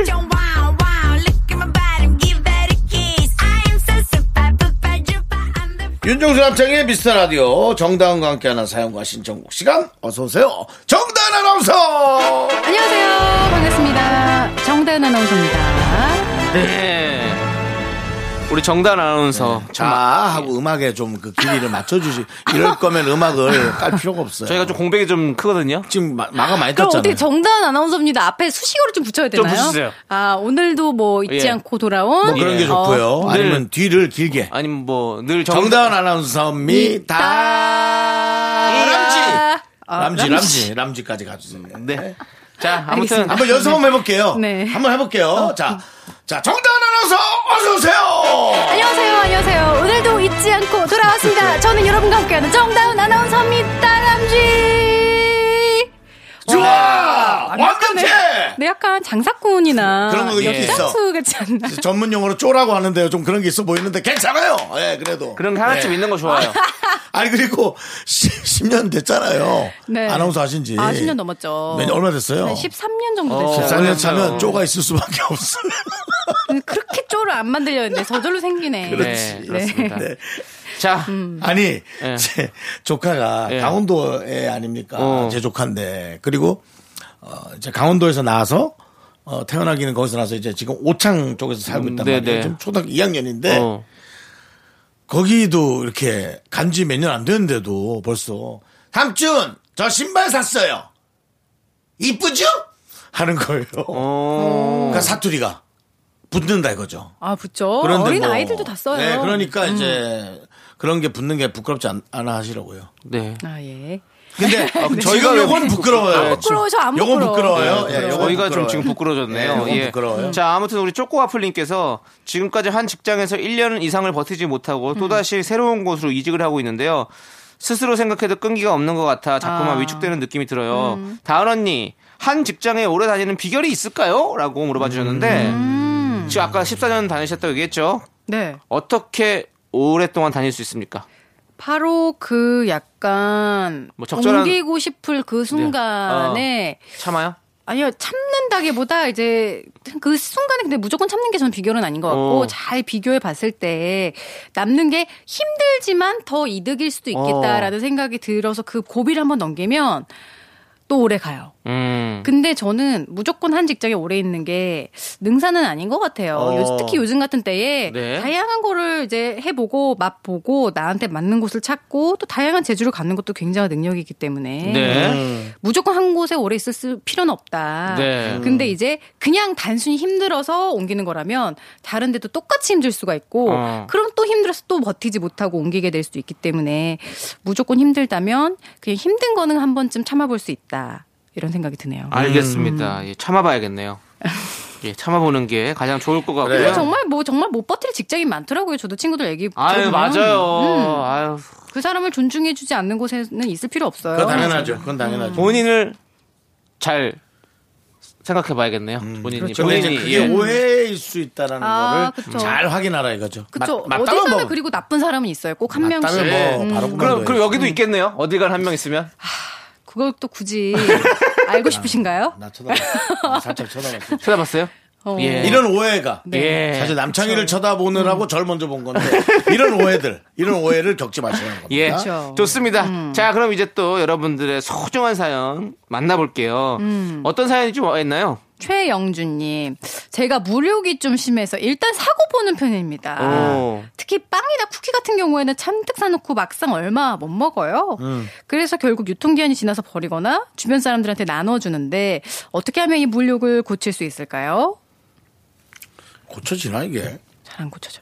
Speaker 3: Don't wow, wow, look at my body, give that a kiss. I am so super, super, duper, I'm the
Speaker 1: 윤종수 남창의 미스터 라디오 정다은과 함께하는 사연과 신청곡 시간 어서오세요 정다은 아나운서
Speaker 5: 안녕하세요. 반갑습니다. 정다은 아나운서입니다.
Speaker 2: 네. 우리 정다은 아나운서.
Speaker 1: 자
Speaker 2: 정말
Speaker 1: 하고 음악에 좀 그 길이를 맞춰주시 이럴 거면 음악을 깔 필요가 없어요
Speaker 2: 저희가 좀 공백이 좀 크거든요.
Speaker 1: 지금 마, 가 많이
Speaker 5: 그럼
Speaker 1: 떴잖아요
Speaker 5: 어떻게 정다은 아나운서입니다. 앞에 수식어를 좀 붙여야
Speaker 2: 좀
Speaker 5: 되나요?
Speaker 2: 붙이세요.
Speaker 5: 아, 오늘도 뭐 잊지
Speaker 2: 예.
Speaker 5: 않고 돌아온
Speaker 1: 뭐 그런 게
Speaker 2: 예.
Speaker 1: 좋고요
Speaker 5: 어,
Speaker 1: 아니면 뒤를 길게
Speaker 2: 아니면 뭐 늘
Speaker 1: 정다은 아나운서입니다.
Speaker 5: 아, 아,
Speaker 1: 람지. 람지, 람지, 람지까지 가주세요.
Speaker 2: 네. 자, 아무튼
Speaker 1: 한번 연습 한번 해볼게요.
Speaker 5: 네.
Speaker 1: 한번 해볼게요. 자, 자, 정다은 아나운서 어서오세요!
Speaker 5: 안녕하세요. 안녕하세요. 오늘도 잊지 않고 돌아왔습니다. 저는 여러분과 함께하는 정다은 아나운서입니다. 람쥐.
Speaker 1: 좋아!
Speaker 5: 아,
Speaker 1: 완벽해!
Speaker 5: 네, 약간 장사꾼이나
Speaker 1: 그런 거 이렇게 있어.
Speaker 5: 수 같지 않나?
Speaker 1: 전문 용어로 쪼라고 하는데요. 좀 그런 게 있어 보이는데 괜찮아요. 예, 그래도.
Speaker 2: 그런 게 하나쯤
Speaker 1: 네.
Speaker 2: 있는 거 좋아요.
Speaker 1: 아니, 그리고 10, 년 됐잖아요.
Speaker 5: 네.
Speaker 1: 아나운서 하신 지.
Speaker 5: 아, 10년 넘었죠. 네,
Speaker 1: 몇 년, 얼마 됐어요?
Speaker 5: 한 13년 정도
Speaker 2: 어.
Speaker 5: 됐어요.
Speaker 1: 14년 차면
Speaker 2: 그러네요.
Speaker 1: 쪼가 있을 수밖에 없어요.
Speaker 5: 근데 음, 그렇게 쪼를 안 만들려 했는데 저절로 생기네.
Speaker 2: 네, 그렇습니다.
Speaker 1: 네.
Speaker 2: 자,
Speaker 5: 음.
Speaker 1: 음. 아니
Speaker 2: 예.
Speaker 1: 제 조카가
Speaker 2: 예.
Speaker 1: 강원도에 아닙니까
Speaker 2: 어.
Speaker 1: 제 조카인데 그리고 어, 이제 강원도에서 나와서 어, 태어나기는 거기서 나서 이제 지금 오창 쪽에서 살고
Speaker 5: 음,
Speaker 1: 있단
Speaker 2: 네,
Speaker 1: 말이에요
Speaker 2: 네.
Speaker 1: 지금 초등학교 2학년인데
Speaker 2: 어.
Speaker 1: 거기도 이렇게 간지 몇 년 안 됐는데도 벌써 삼촌 저 신발 샀어요 이쁘죠 하는 거예요 그러니까 사투리가 붙는다 이거죠
Speaker 5: 아, 붙죠.
Speaker 1: 그런데
Speaker 5: 어. 어린
Speaker 1: 뭐-
Speaker 5: 아이들도 다 써요. 음.
Speaker 1: 네, 그러니까 이제 그런 게 붙는 게 부끄럽지 않, 아 하시라고요.
Speaker 2: 네.
Speaker 5: 아, 예.
Speaker 1: 근데
Speaker 2: 저희가
Speaker 1: 저희가
Speaker 2: 왜
Speaker 1: 요건 부끄러워요.
Speaker 5: 부끄러워요? 저안
Speaker 1: 요건
Speaker 5: 부끄러워요.
Speaker 1: 부끄러워요. 예, 요건
Speaker 2: 네, 저희가 좀
Speaker 1: 부끄러워요.
Speaker 2: 지금
Speaker 1: 예,
Speaker 2: 부끄러워졌네요.
Speaker 1: 요건 부끄러워요.
Speaker 2: 자, 아무튼 우리 쪼꼬와플님께서 지금까지 한 직장에서 1년 이상을 버티지 못하고 또다시 새로운 곳으로 이직을 하고 있는데요. 스스로 생각해도 끈기가 없는 것 같아 자꾸만
Speaker 5: 아.
Speaker 2: 위축되는 느낌이 들어요. 다은 언니, 한 직장에 오래 다니는 비결이 있을까요?
Speaker 6: 음.
Speaker 2: 라고 물어봐 주셨는데, 지금 아까 14년 다니셨다고 얘기했죠?
Speaker 5: 음. 네.
Speaker 2: 어떻게 오랫동안 다닐 수 있습니까?
Speaker 6: 바로 그 약간
Speaker 2: 뭐 적절한- 네. 어.
Speaker 6: 옮기고 싶을 그 순간에
Speaker 2: 참아요?
Speaker 6: 아니요 참는다기보다 이제 그 순간에 근데 무조건 참는 게 전 비결은 아닌 것 같고
Speaker 2: 어.
Speaker 6: 잘 비교해 봤을 때 남는 게 힘들지만 더 이득일 수도 있겠다라는 생각이 들어서 그 고비를 한번 넘기면 또 오래 가요.
Speaker 2: 음.
Speaker 6: 근데 저는 무조건 한 직장에 오래 있는 게 능사는 아닌 것 같아요.
Speaker 2: 어.
Speaker 6: 요- 특히 요즘 같은 때에
Speaker 2: 네.
Speaker 6: 다양한 거를 이제 해보고 맛보고 나한테 맞는 곳을 찾고 또 다양한 재주를 갖는 것도 굉장한 능력이기 때문에
Speaker 2: 네.
Speaker 6: 무조건 한 곳에 오래 있을 수- 필요는 없다.
Speaker 2: 네.
Speaker 6: 근데 이제 그냥 단순히 힘들어서 옮기는 거라면 다른 데도 똑같이 힘들 수가 있고
Speaker 2: 어.
Speaker 6: 그럼 또 힘들어서 또 버티지 못하고 옮기게 될 수도 있기 때문에 무조건 힘들다면 그냥 힘든 거는 한 번쯤 참아볼 수 있다. 이런 생각이 드네요.
Speaker 2: 알겠습니다. 예, 참아봐야겠네요. 예, 참아보는 게 가장 좋을 것 같고요.
Speaker 6: 그리고 정말 뭐 정말 못 버틸 직장인 많더라고요. 저도 친구들 얘기
Speaker 2: 아유
Speaker 6: 들어보면.
Speaker 2: 맞아요. 아유
Speaker 6: 그 사람을 존중해주지 않는 곳에는 있을 필요 없어요.
Speaker 1: 그건 당연하죠. 그건 당연하죠.
Speaker 2: 본인을 잘 생각해봐야겠네요. 본인이
Speaker 1: 근데 그렇죠. 이제
Speaker 2: 본인이
Speaker 1: 음, 그게
Speaker 2: 예.
Speaker 1: 오해일 수 있다라는
Speaker 6: 아,
Speaker 1: 거를
Speaker 6: 그쵸.
Speaker 1: 잘 확인하라 이거죠.
Speaker 6: 그쵸.
Speaker 1: 맞- 맞다면
Speaker 6: 어디 가나
Speaker 1: 뭐,
Speaker 6: 그리고 나쁜 사람은 있어요. 꼭 한 명씩. 음,
Speaker 1: 맞다면 뭐 바로
Speaker 2: 예. 음. 그럼
Speaker 1: 그만둬야지.
Speaker 2: 그럼 여기도 있겠네요. 어디 간 한 명 있으면
Speaker 6: 아, 그걸 또 굳이 알고 싶으신가요?
Speaker 1: 나 쳐다봤어. 나 살짝 쳐다봤어.
Speaker 2: 찾아봤어요.
Speaker 6: 어.
Speaker 2: 예.
Speaker 1: 이런 네, 오해가
Speaker 2: 예.
Speaker 1: 사실 남창희를
Speaker 2: 음.
Speaker 1: 쳐다보느라고 절 먼저 본 건데 이런 오해들 이런 오해를 겪지 마시는 겁니다.
Speaker 2: 예,
Speaker 6: 그렇죠.
Speaker 2: 좋습니다. 자, 그럼 이제 또 여러분들의 소중한 사연 만나볼게요.
Speaker 6: 음.
Speaker 2: 어떤 사연이 좀 와있나요?
Speaker 6: 최영준님, 제가 물욕이 좀 심해서 일단 사고 보는 편입니다.
Speaker 2: 오.
Speaker 6: 특히 빵이나 쿠키 같은 경우에는 잔뜩 사놓고 막상 얼마 못 먹어요.
Speaker 1: 음.
Speaker 6: 그래서 결국 유통기한이 지나서 버리거나 주변 사람들한테 나눠주는데 어떻게 하면 이 물욕을 고칠 수 있을까요?
Speaker 1: 고쳐지나 이게
Speaker 6: 잘 안 고쳐져.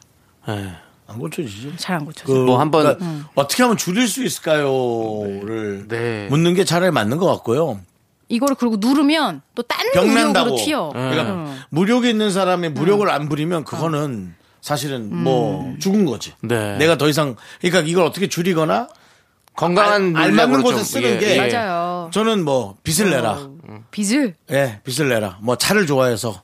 Speaker 1: 네. 안 고쳐지지?
Speaker 6: 잘 안 고쳐져.
Speaker 1: 그,
Speaker 2: 뭐 한번-
Speaker 1: 그러니까 어떻게 하면 줄일 수 있을까요?를
Speaker 2: 네.
Speaker 1: 묻는 게 차라리 맞는 것 같고요.
Speaker 6: 이거를 그리고 누르면 또 딴
Speaker 1: 병난다고.
Speaker 6: 물욕으로 튀어. 음.
Speaker 1: 그러니까 무력이 있는 사람이 무력을 안 부리면 그거는 사실은
Speaker 6: 음.
Speaker 1: 뭐 죽은 거지.
Speaker 2: 네.
Speaker 1: 내가 더 이상 그러니까 이걸 어떻게 줄이거나
Speaker 2: 건강한
Speaker 1: 알-
Speaker 2: 물량으로
Speaker 1: 알맞는 곳에
Speaker 2: 좀,
Speaker 1: 쓰는 게
Speaker 2: 예.
Speaker 6: 맞아요. 어, 음.
Speaker 1: 저는 뭐 빚을 내라.
Speaker 6: 빚을.
Speaker 1: 예, 빚을 내라. 뭐 차를 좋아해서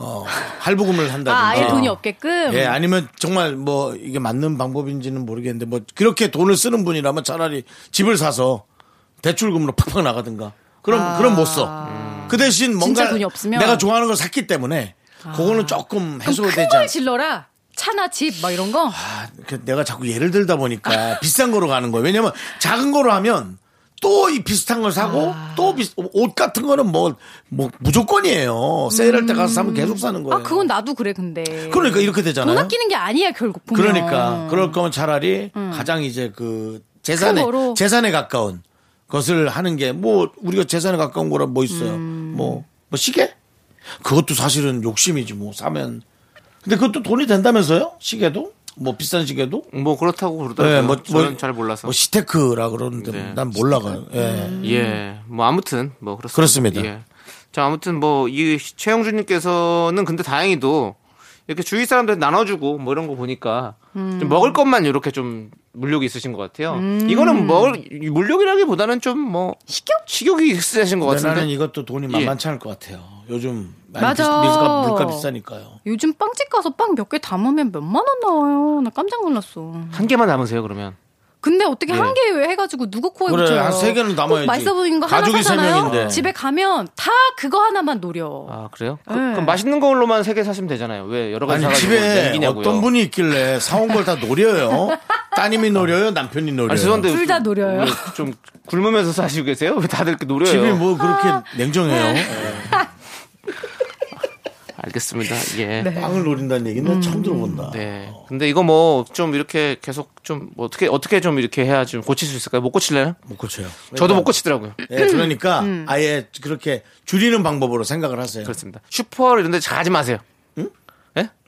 Speaker 1: 어, 할부금을 한다든가.
Speaker 6: 아, 아예 돈이 없게끔.
Speaker 1: 예, 아니면 정말 뭐 이게 맞는 방법인지는 모르겠는데 뭐 그렇게 돈을 쓰는 분이라면 차라리 집을 사서 대출금으로 팍팍 나가든가. 그럼 그럼 못 써. 그 대신 뭔가
Speaker 6: 아. 음. 진짜 돈이 없으면? 아.
Speaker 1: 내가 좋아하는 걸 샀기 때문에 그거는 조금 해소되지
Speaker 6: 큰걸
Speaker 1: 않.
Speaker 6: 질러라. 차나 집 막 이런 거.
Speaker 1: 그 내가 자꾸 예를 들다 보니까 비싼 거로 가는 거예요. 왜냐면 작은 거로 하면 또 이 비슷한 걸 사고
Speaker 6: 아.
Speaker 1: 또 옷 같은 거는 뭐 뭐 무조건이에요. 세일할 때 가서 사면 계속 사는 거예요.
Speaker 6: 아 그건 나도 그래 근데.
Speaker 1: 뭐. 그러니까 이렇게 되잖아요.
Speaker 6: 돈 아끼는 게 아니야 결국 보면. 음.
Speaker 1: 그러니까 그럴 거면 차라리 가장 이제 그 재산에
Speaker 6: 큰 거로.
Speaker 1: 재산에 가까운 것을 하는 게 뭐 우리가 재산에 가까운 거라 뭐 있어요.
Speaker 6: 음.
Speaker 1: 뭐 뭐 시계? 그것도 사실은 욕심이지 뭐 사면. 근데 그것도 돈이 된다면서요? 시계도? 뭐 비싼 시계도?
Speaker 2: 뭐 그렇다고 그러더라고요.
Speaker 1: 예, 뭐,
Speaker 2: 저는
Speaker 1: 뭐,
Speaker 2: 잘 몰라서.
Speaker 1: 뭐 시테크라 그러는데
Speaker 2: 네.
Speaker 1: 난 몰라가요. 예.
Speaker 2: 예, 뭐 아무튼 뭐 그렇습니다.
Speaker 1: 그렇습니다.
Speaker 2: 예. 자, 아무튼 뭐 이 최영준님께서는 근데 다행히도 이렇게 주위 사람들 나눠주고 뭐 이런 거 보니까
Speaker 6: 음.
Speaker 2: 좀 먹을 것만 이렇게 좀 물욕이 있으신 것 같아요. 이거는 먹을 물욕이라기보다는 좀 뭐 식욕 식욕이 있으신 것
Speaker 1: 근데
Speaker 2: 같은데.
Speaker 1: 네,
Speaker 2: 예.
Speaker 1: 나는 이것도 돈이 만만치 않을 것 같아요. 요즘 많이
Speaker 6: 맞아.
Speaker 1: 비- 밀가, 물가 비싸니까요.
Speaker 6: 요즘 빵집 가서 빵 몇 개 담으면 몇만 원 나와요. 나 깜짝 놀랐어.
Speaker 2: 한 개만 남으세요 그러면.
Speaker 6: 근데 어떻게
Speaker 2: 예.
Speaker 6: 한 개 해가지고 누구 코에
Speaker 1: 네. 그래,
Speaker 6: 붙여요?
Speaker 1: 한세 개는 남아야지.
Speaker 6: 꼭 맛있어 보이는 거 하나
Speaker 1: 가족이 세 명인데.
Speaker 6: 사잖아요. 집에 가면 다 그거 하나만 노려.
Speaker 2: 아 그래요? 그,
Speaker 6: 네.
Speaker 2: 럼 맛있는 걸로만 세 개 사시면 되잖아요. 왜 여러 가지
Speaker 1: 아니
Speaker 2: 뭐 사가지고
Speaker 1: 집에
Speaker 2: 남기냐고요.
Speaker 1: 어떤 분이 있길래 사온 걸 다 노려요. 따님이 노려요, 남편이 노려요.
Speaker 2: 아니, 죄송한데
Speaker 6: 둘다
Speaker 2: 좀-
Speaker 6: 노려요.
Speaker 2: 왜 좀 굶으면서 사시고 계세요? 왜 다들 이렇게 노려요?
Speaker 1: 집이 뭐 그렇게
Speaker 6: 아.
Speaker 1: 냉정해요. 예.
Speaker 2: 알겠습니다.
Speaker 6: 네.
Speaker 2: 예.
Speaker 1: 빵을 노린다는 얘기는 처음
Speaker 6: 아.
Speaker 1: 들어본다.
Speaker 2: 네. 근데 이거 뭐 좀 이렇게 계속 좀뭐 어떻게 어떻게 좀 이렇게 해야 좀 고칠 수 있을까요? 못 고칠래요?
Speaker 1: 못 고쳐요.
Speaker 2: 저도 못 고치더라고요.
Speaker 1: 예,
Speaker 6: 음.
Speaker 1: 그러니까 아예 그렇게 줄이는 방법으로 생각을 하세요.
Speaker 2: 그렇습니다. 슈퍼 이런 데 가지 마세요.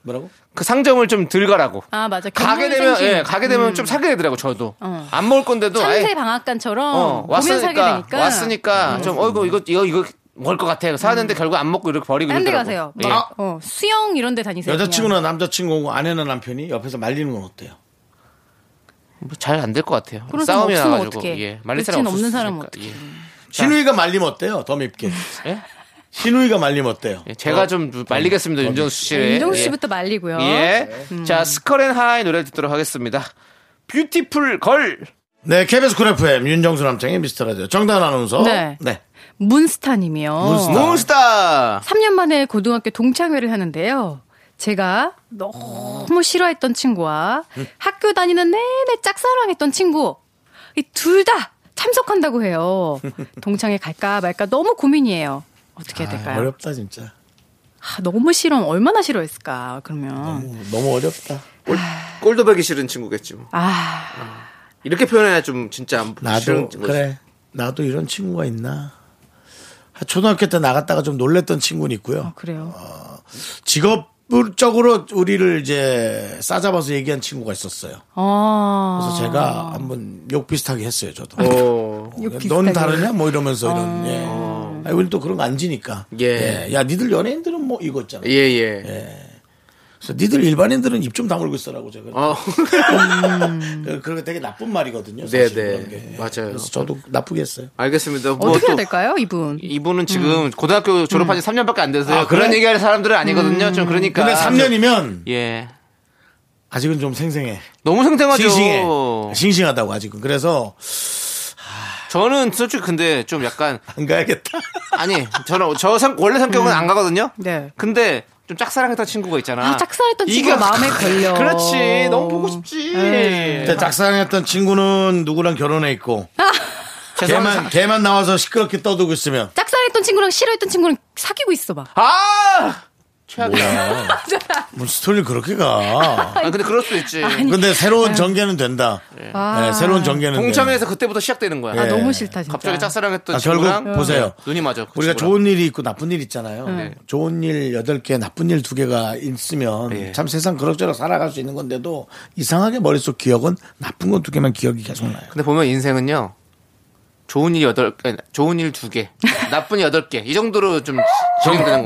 Speaker 1: 뭐라고?
Speaker 2: 그 상점을 좀 들 가라고.
Speaker 6: 아 맞아.
Speaker 2: 가게 되면 예, 가게 되면
Speaker 6: 음.
Speaker 2: 좀 사게 되더라고 저도. 안 먹을 건데도
Speaker 6: 참새
Speaker 2: 아예
Speaker 6: 방앗간처럼
Speaker 2: 어,
Speaker 6: 어. 보면 사게
Speaker 2: 왔으니까
Speaker 6: 되니까. 음,
Speaker 2: 왔으니까 좀 어이구 이거 이거 이거 먹을 것 같아. 사는데 결국 안 먹고 이렇게 버리고
Speaker 6: 딴 데
Speaker 2: 이러더라고.
Speaker 6: 가세요.
Speaker 2: 예.
Speaker 6: 막, 어, 수영 이런 데 다니세요.
Speaker 1: 여자친구나 남자친구고 아내나 남편이 옆에서 말리는 건 어때요?
Speaker 2: 뭐 잘 안 될 것 같아요.
Speaker 6: 그런 사람
Speaker 2: 싸움이
Speaker 6: 없으면
Speaker 2: 나가지고
Speaker 6: 어떡해.
Speaker 2: 예. 말릴
Speaker 6: 여친
Speaker 2: 사람
Speaker 6: 없는
Speaker 2: 없었으니까.
Speaker 6: 사람은 어떡해.
Speaker 2: 예.
Speaker 1: 신우이가 말리면 어때요? 더 밉게.
Speaker 2: 예?
Speaker 1: 신우이가 말리면 어때요?
Speaker 2: 예, 제가 좀 말리겠습니다, 윤정수 씨를.
Speaker 6: 네. 윤정수
Speaker 2: 예.
Speaker 6: 씨부터 네, 말리고요.
Speaker 2: 예.
Speaker 6: 음.
Speaker 2: 자, 스컬앤 하이 노래 듣도록 하겠습니다. 뷰티풀 걸.
Speaker 1: 네, KBS 쿨 FM 윤정수 남창의 미스터 라디오 정단 아나운서.
Speaker 6: 네. 문스타님이요.
Speaker 1: 문스타.
Speaker 2: 몬스타.
Speaker 6: 3년 만에 고등학교 동창회를 하는데요. 제가 너무 싫어했던 친구와 학교 다니는 내내 짝사랑했던 친구 이 둘 다 참석한다고 해요. 동창회 갈까 말까 너무 고민이에요. 어떻게 해야
Speaker 1: 아,
Speaker 6: 될까요?
Speaker 1: 어렵다 진짜.
Speaker 6: 아, 너무 싫어 얼마나 싫어했을까 그러면
Speaker 1: 음, 너무 어렵다.
Speaker 2: 꼴도 보기 싫은 친구겠지 뭐.
Speaker 6: 아
Speaker 2: 이렇게 표현해야 좀 진짜 안 싫은
Speaker 1: 나도
Speaker 2: 거지.
Speaker 1: 그래. 나도 이런 친구가 있나. 아, 초등학교 때 나갔다가 좀 놀랬던 친구는 있고요.
Speaker 6: 그래요.
Speaker 1: 직업적으로 우리를 이제 싸잡아서 얘기한 친구가 있었어요.
Speaker 6: 아
Speaker 1: 그래서 제가 한번 욕 비슷하게 했어요, 저도.
Speaker 2: 어.
Speaker 6: 욕
Speaker 1: 넌
Speaker 6: 비슷하게. 아.
Speaker 1: 다르냐? 뭐 이러면서 이런. 예. 아니, 우리 또 그런 거 안 지니까.
Speaker 2: 예.
Speaker 1: 야, 니들 연예인들은 뭐 이거 있잖아.
Speaker 2: 예, 예.
Speaker 1: 그래서 니들 일반인들은 입 좀 다물고 있어라고 제가.
Speaker 2: 어.
Speaker 1: 그- 그런 게 되게 나쁜 말이거든요.
Speaker 2: 네,
Speaker 1: 사실
Speaker 2: 네.
Speaker 1: 그런 게. 예.
Speaker 2: 맞아요.
Speaker 1: 그래서 저도 나쁘게 했어요.
Speaker 2: 알겠습니다. 뭐
Speaker 6: 어떻게 해야 음.
Speaker 2: 또
Speaker 6: 될까요 이분?
Speaker 2: 이분은 지금 고등학교 졸업한 지 3년밖에 안 돼서
Speaker 1: 아,
Speaker 2: 요
Speaker 1: 그래?
Speaker 2: 그런 얘기할 사람들은 아니거든요.
Speaker 6: 음.
Speaker 2: 좀 그러니까.
Speaker 1: 근데 3년이면
Speaker 2: 예.
Speaker 1: 아직은 좀 생생해.
Speaker 2: 너무 생생하죠. 어.
Speaker 1: 싱싱해. 싱싱하다고 아직은. 그래서
Speaker 2: 저는 솔직히 근데 좀 약간
Speaker 1: 안 가야겠다.
Speaker 2: 아니 저는 저 성, 원래 성격은
Speaker 1: 음.
Speaker 2: 안 가거든요.
Speaker 6: 네.
Speaker 2: 근데 좀 짝사랑했던 친구가 있잖아.
Speaker 6: 아, 짝사랑했던
Speaker 2: 이게
Speaker 6: 친구가 마음에 걸려. 네.
Speaker 2: 그렇지. 너무 보고 싶지. 예.
Speaker 1: 근데 짝사랑했던 친구는 누구랑 결혼해 있고
Speaker 2: 아, 죄송한
Speaker 1: 걔만 걔만 나와서 시끄럽게 떠들고 있으면
Speaker 6: 짝사랑했던 친구랑 싫어했던 친구랑 사귀고 있어 막.
Speaker 2: 아! 최악이야.
Speaker 1: 뭐야? 뭔 스토리 그렇게 가?
Speaker 2: 아, 근데 그럴 수도 있지.
Speaker 1: 근데 새로운 전개는 된다. 네, 새로운 전개는
Speaker 2: 예. 아. 동창회에서 그때부터 시작되는 거야.
Speaker 6: 아
Speaker 1: 예.
Speaker 6: 너무 싫다 진짜.
Speaker 2: 갑자기 짝사랑했던
Speaker 1: 아, 결국
Speaker 2: 친구랑 예.
Speaker 1: 보세요.
Speaker 2: 눈이 맞아. 그
Speaker 1: 우리가
Speaker 2: 친구랑.
Speaker 1: 좋은 일이 있고 나쁜 일 있잖아요. 좋은 일 여덟 개 나쁜 일 두개가 있으면
Speaker 2: 예.
Speaker 1: 참 세상 그럭저럭 살아갈 수 있는 건데도 이상하게 머릿속 기억은 나쁜 건 두개만 기억이 계속 나요.
Speaker 2: 근데 보면 인생은요. 좋은 일 여덟 개, 좋은 일 두 개, 나쁜 일 여덟 개. 이 정도로 좀진행되는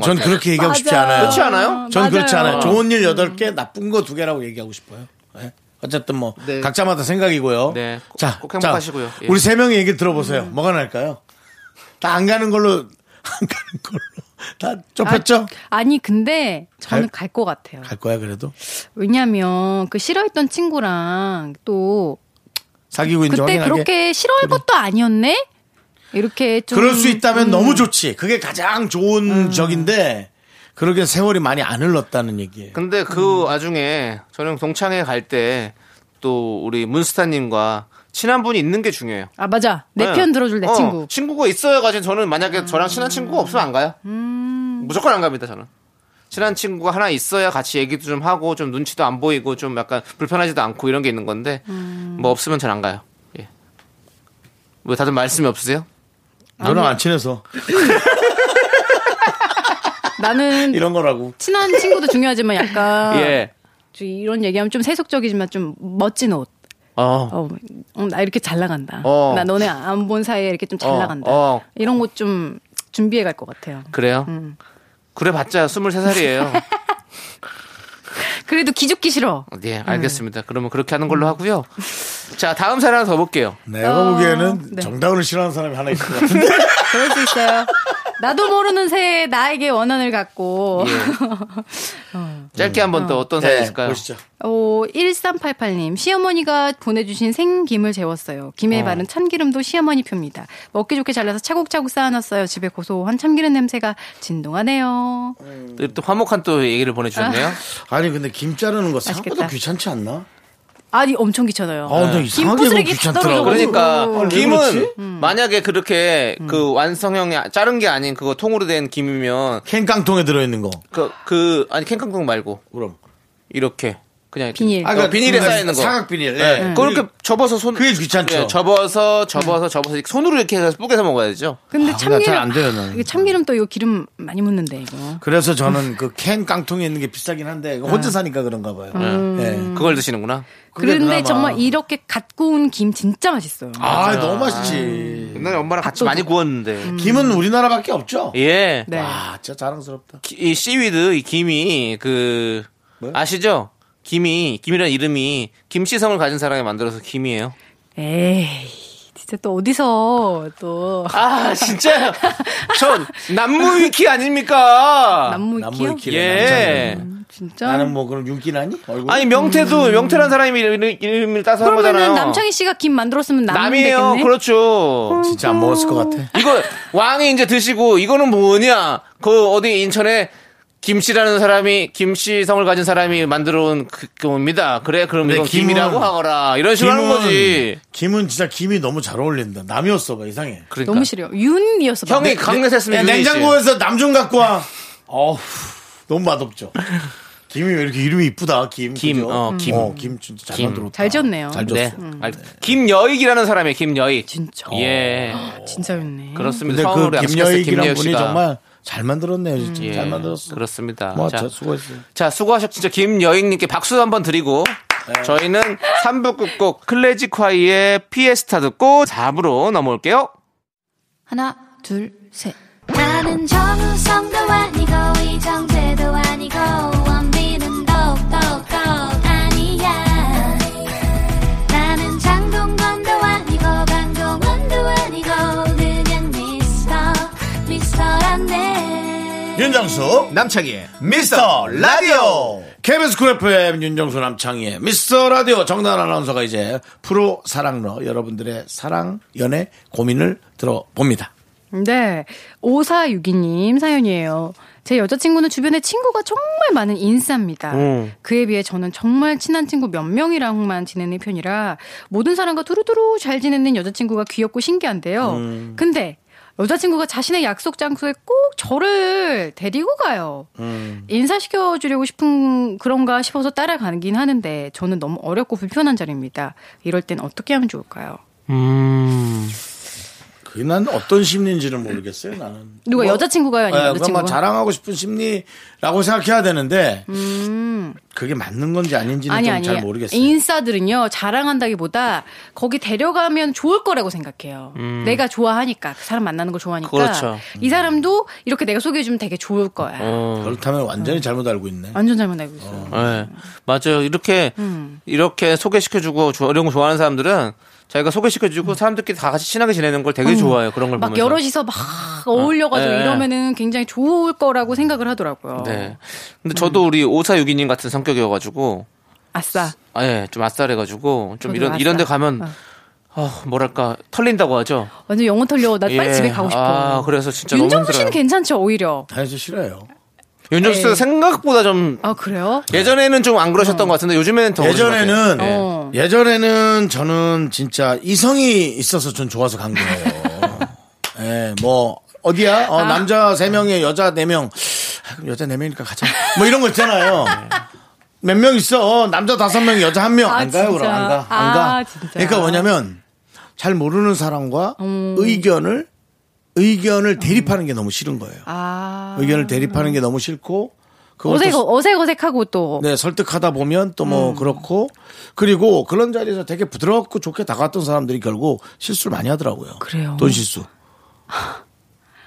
Speaker 1: 전
Speaker 2: 것 같아요. 그렇죠.
Speaker 1: 그렇게 얘기하고 싶지
Speaker 6: 맞아요.
Speaker 1: 않아요.
Speaker 2: 그렇지 않아요?
Speaker 1: 전
Speaker 6: 맞아요. 음.
Speaker 1: 그렇지 않아요. 좋은 일 여덟 개 나쁜 거 두개라고 얘기하고 싶어요. 예. 어쨌든 뭐
Speaker 2: 네.
Speaker 1: 각자마다 생각이고요.
Speaker 2: 네. 꼭-
Speaker 1: 자,
Speaker 2: 꼭 행복하시고요.
Speaker 1: 자,
Speaker 2: 예.
Speaker 1: 우리 세 명의 얘기 들어보세요.
Speaker 6: 음.
Speaker 1: 뭐가 날까요? 다 안 가는 걸로 안 가는 걸로 다 좁혔죠?
Speaker 6: 아니 네. 근데 저는 갈 것 같아요.
Speaker 1: 갈 거야 그래도
Speaker 6: 왜냐하면 그 싫어했던 친구랑 또
Speaker 1: 사귀고 있는지
Speaker 6: 그때
Speaker 1: 확인하게.
Speaker 6: 그렇게 싫어할 것도 아니었네. 이렇게 좀 음.
Speaker 1: 그럴 수 있다면 너무 좋지. 그게 가장 좋은 적인데 그러게 세월이 많이 안 흘렀다는 얘기예요.
Speaker 2: 근데
Speaker 6: 음.
Speaker 2: 그 와중에 저는 동창회 갈 때 또 우리 문스타님과 친한 분이 있는 게 중요해요.
Speaker 6: 아 맞아
Speaker 2: 네.
Speaker 6: 내 편 들어줄 내
Speaker 2: 어,
Speaker 6: 친구.
Speaker 2: 친구가 있어야가지고 저는 만약에 저랑 친한 친구가 없으면 안 가요.
Speaker 6: 음.
Speaker 2: 무조건 안 갑니다 저는. 친한 친구가 하나 있어야 같이 얘기도 좀 하고 좀 눈치도 안 보이고 좀 약간 불편하지도 않고 이런 게 있는 건데
Speaker 6: 음.
Speaker 2: 뭐 없으면 잘 안 가요. 예. 왜 다들 말씀이 없으세요?
Speaker 1: 너랑 안 친해서
Speaker 6: 나는
Speaker 1: 이런 거라고.
Speaker 6: 친한 친구도 중요하지만 약간
Speaker 2: 예.
Speaker 6: 좀 이런 얘기하면 좀 세속적이지만 좀 멋진 옷.
Speaker 2: 어.
Speaker 6: 어, 어, 나 이렇게 잘 나간다.
Speaker 2: 어.
Speaker 6: 나 너네 안 본 사이에 이렇게 좀 잘
Speaker 2: 어,
Speaker 6: 나간다.
Speaker 2: 어.
Speaker 6: 이런 것 좀 준비해 갈 것 같아요.
Speaker 2: 그래요?
Speaker 6: 음.
Speaker 2: 그래봤자 23살이에요.
Speaker 6: 그래도 기죽기 싫어.
Speaker 2: 네, 알겠습니다. 그러면 그렇게 하는 걸로 하고요. 자, 다음 사연 하나 더 볼게요.
Speaker 1: 내가
Speaker 6: 어,
Speaker 1: 보기에는
Speaker 6: 네.
Speaker 1: 정다운을 싫어하는 사람이 하나 있을 것 같은데.
Speaker 6: 그럴 수 있어요. 나도 모르는 새에 나에게 원한을 갖고.
Speaker 1: 예.
Speaker 2: 짧게 한번 더 어떤 사연
Speaker 1: 음.
Speaker 2: 있을까요?
Speaker 1: 네, 보시죠.
Speaker 6: 오, 1388님, 시어머니가 보내주신 생김을 재웠어요. 김에 바른 참기름도 시어머니 표입니다. 먹기 좋게 잘라서 차곡차곡 쌓아놨어요. 집에 고소한 참기름 냄새가 진동하네요.
Speaker 2: 또, 또 화목한 또 얘기를 보내주셨네요.
Speaker 1: 아니 근데 김 자르는 거 생각보다
Speaker 6: 맛있겠다.
Speaker 1: 귀찮지 않나?
Speaker 6: 아니, 엄청 귀찮아요. 네.
Speaker 1: 아, 나 이상하게 너무
Speaker 6: 부스러기 다
Speaker 1: 귀찮더라고.
Speaker 6: 떨어져가지고.
Speaker 2: 그러니까
Speaker 6: 뭐,
Speaker 1: 왜 그렇지?
Speaker 2: 김은 만약에 그렇게 그 완성형이 자른 게 아닌 그거 통으로 된 김이면
Speaker 1: 캔 깡통에 들어있는 거.
Speaker 2: 그, 그 아니 캔캉콩 말고
Speaker 1: 그럼.
Speaker 2: 이렇게 그냥 이렇게.
Speaker 6: 비닐.
Speaker 2: 아, 그러니까 비닐에 쌓이는 거.
Speaker 1: 사각 비닐. 예.
Speaker 2: 네. 그렇게 접어서 손
Speaker 1: 그게 귀찮죠.
Speaker 2: 예, 접어서 접어서 접어서 이렇게 손으로 이렇게 해서 뿌개서 먹어야 되죠.
Speaker 6: 근데
Speaker 1: 아,
Speaker 6: 참기름
Speaker 1: 나잘안 돼요, 나는.
Speaker 6: 이게 참기름 또 이거 기름 많이 묻는데 이거.
Speaker 1: 그래서 저는 그 캔 깡통에 있는 게 비싸긴 한데 이거 혼자 사니까 그런가 봐요.
Speaker 2: 음.
Speaker 1: 예.
Speaker 2: 그걸 드시는구나.
Speaker 1: 그게
Speaker 6: 그런데
Speaker 1: 그나마-
Speaker 6: 정말 이렇게 갓 구운 김 진짜 맛있어요.
Speaker 1: 아, 너무 맛있지.
Speaker 2: 옛날에 엄마랑 같이 많이 구웠는데.
Speaker 1: 김은 우리나라밖에 없죠?
Speaker 2: 음. 예.
Speaker 6: 네.
Speaker 1: 아, 진짜 자랑스럽다.
Speaker 2: 기- 이 씨위드 이 김이 그
Speaker 1: 뭐?
Speaker 2: 아시죠? 김이 김이라는 이름이 김씨성을 가진 사람이 만들어서 김이에요.
Speaker 6: 에이. 진짜 또 어디서 또
Speaker 2: 아, 진짜요? 전 남무위키 아닙니까?
Speaker 6: 남무위키요?
Speaker 1: 남무위키.
Speaker 2: 예.
Speaker 6: 진짜?
Speaker 1: 나는 뭐 그럼 윤기나니? 얼굴?
Speaker 2: 아니, 명태도 명태란 사람이 이름- 이름을 따서 한 거잖아요.
Speaker 6: 그러면은 남창희 씨가 김 만들었으면 남이
Speaker 2: 남이에요.
Speaker 6: 되겠네.
Speaker 2: 그렇죠.
Speaker 1: 진짜 안 먹었을 것 같아.
Speaker 2: 이거 왕이 이제 드시고 이거는 뭐냐? 그 어디 인천에 김씨라는 사람이 김씨성을 가진 사람이 만들어온 그, 그겁니다. 그래 그럼
Speaker 1: 근데
Speaker 2: 이건
Speaker 1: 네, 김은-
Speaker 2: 김이라고 하거라 이런 식으로 하는 거지.
Speaker 1: 김은 진짜 김이 너무 잘 어울린다. 남이었어 봐 이상해.
Speaker 2: 그러니까
Speaker 6: 너무 싫어요. 윤이어서 네. 봐.
Speaker 2: 형이 강렬했으면
Speaker 1: 야, 네, 냉장고에서 남 좀 갖고 와. 어우 너무 맛없죠. 김이 왜 이렇게 이름이 이쁘다 김.
Speaker 2: 김,
Speaker 1: 그죠?
Speaker 2: 어, 김.
Speaker 1: 김 진짜 잘
Speaker 2: 김.
Speaker 1: 만들었다.
Speaker 6: 잘 졌네요.
Speaker 1: 잘 졌어. 어.
Speaker 2: 네.
Speaker 6: 음.
Speaker 2: 알- 김여익이라는 사람이에요. 김여익.
Speaker 6: 진짜.
Speaker 2: 예.
Speaker 6: 진짜 윤네.
Speaker 2: 그렇습니다.
Speaker 1: 근데 그
Speaker 2: 성우를 약속했어요.
Speaker 1: 김여익이란
Speaker 2: 김여익
Speaker 1: 분이
Speaker 2: 씨가.
Speaker 1: 정말 잘 만들었네요. 진짜
Speaker 2: 예.
Speaker 1: 잘 만들었어.
Speaker 2: 그렇습니다.
Speaker 1: 뭐,
Speaker 2: 자,
Speaker 1: 자, 수고했어요.
Speaker 2: 자, 수고하셨 진짜 김여익님께 박수 한번 드리고 저희는 3부 끝곡 클래식 화이의 피에스타 듣고 4부로 넘어올게요.
Speaker 6: 하나, 둘, 셋.
Speaker 3: 나는 정우성도 아니고 이정재도 아니고 원빈은 더욱더 아니야 나는 장동건도 아니고 강동원도 아니고 그냥 미스터 미스터란데
Speaker 1: 윤정수 남창희의 미스터 라디오 KBS 쿨 FM 윤정수 남창희의 미스터 라디오 정단 아나운서가 이제 프로 사랑러 여러분들의 사랑 연애 고민을 들어봅니다
Speaker 6: 네. 5462님 사연이에요. 제 여자친구는 주변에 친구가 정말 많은 인싸입니다.
Speaker 1: 음.
Speaker 6: 그에 비해 저는 정말 친한 친구 몇 명이랑만 지내는 편이라 모든 사람과 두루두루 잘 지내는 여자친구가 귀엽고 신기한데요.
Speaker 1: 음.
Speaker 6: 근데 여자친구가 자신의 약속 장소에 꼭 저를 데리고 가요.
Speaker 1: 음.
Speaker 6: 인사시켜주려고 싶은 그런가 싶어서 따라가긴 하는데 저는 너무 어렵고 불편한 자리입니다. 이럴 땐 어떻게 하면 좋을까요?
Speaker 1: 그게 난 어떤 심리인지는 모르겠어요 나는
Speaker 6: 누가 여자친구가요? 아니면
Speaker 1: 예, 그건
Speaker 6: 여자친구가?
Speaker 1: 뭐 자랑하고 싶은 심리라고 생각해야 되는데 그게 맞는 건지 아닌지는
Speaker 6: 음. 아니
Speaker 1: 좀
Speaker 6: 아니
Speaker 1: 잘 모르겠어요
Speaker 6: 인싸들은요 자랑한다기보다 거기 데려가면 좋을 거라고 생각해요. 내가 좋아하니까 그 사람 만나는 걸 좋아하니까
Speaker 2: 그렇죠.
Speaker 6: 이 사람도 이렇게 내가 소개해주면 되게 좋을 거야.
Speaker 1: 어. 그렇다면 완전히 잘못 알고 있네
Speaker 6: 완전 잘못 알고 있어요.
Speaker 2: 예. 맞아요. 이렇게
Speaker 6: 음.
Speaker 2: 이렇게 소개시켜주고 조- 이런 거 좋아하는 사람들은 자기가 소개시켜주고 사람들끼리 다 같이 친하게 지내는 걸 되게 좋아해요. 그런 걸
Speaker 6: 음. 막
Speaker 2: 보면서.
Speaker 6: 여럿이서 막 어울려가지고
Speaker 2: 네.
Speaker 6: 이러면은 굉장히 좋을 거라고 생각을 하더라고요.
Speaker 2: 네. 근데 저도
Speaker 6: 음.
Speaker 2: 우리 5462님 같은 성격이어가지고
Speaker 6: 아싸.
Speaker 2: 아, 예, 좀 아싸래가지고 좀
Speaker 6: 저도
Speaker 2: 이런
Speaker 6: 아싸.
Speaker 2: 이런데 가면
Speaker 6: 어.
Speaker 2: 아, 뭐랄까 털린다고 하죠.
Speaker 6: 완전 영혼 털려. 나
Speaker 2: 예.
Speaker 6: 빨리 집에 가고 싶어.
Speaker 2: 아, 그래서 진짜 너무
Speaker 6: 윤정수 씨는 예.
Speaker 2: 힘들어요.
Speaker 6: 괜찮죠 오히려.
Speaker 1: 다현수 싫어요
Speaker 2: 윤정수 씨가 생각보다 좀
Speaker 6: 아 그래요?
Speaker 2: 네. 예전에는 좀 안 그러셨던 것 같은데 요즘에는 더 그러신
Speaker 1: 어. 예전에는
Speaker 2: 것 같아요. 예.
Speaker 6: 어.
Speaker 1: 예전에는 저는 진짜 이성이 있어서 전 좋아서 간 거예요. 예, 뭐 어디야?
Speaker 6: 아.
Speaker 1: 어, 남자 세 명에 여자 네 명. 아, 그럼 여자 네 명이니까 가자. 뭐 이런 거 있잖아요. 몇 명 있어? 어, 남자 다섯 명, 여자 한 명.
Speaker 6: 네. 아,
Speaker 1: 안 가요,
Speaker 6: 진짜.
Speaker 1: 그럼 안 가. 안
Speaker 6: 아,
Speaker 1: 가.
Speaker 6: 진짜.
Speaker 1: 그러니까 뭐냐면 잘 모르는 사람과
Speaker 6: 음.
Speaker 1: 의견을 의견을 대립하는 게 너무 싫은 거예요.
Speaker 6: 아
Speaker 1: 의견을 대립하는 게 너무 싫고 그걸 또
Speaker 6: 어색 어색 어색하고 또.
Speaker 1: 네, 설득하다 보면 또
Speaker 6: 음.
Speaker 1: 뭐 그렇고 그리고 그런 자리에서 되게 부드럽고 좋게 다가왔던 사람들이 결국 실수를 많이 하더라고요.
Speaker 6: 그래요?
Speaker 1: 돈 실수.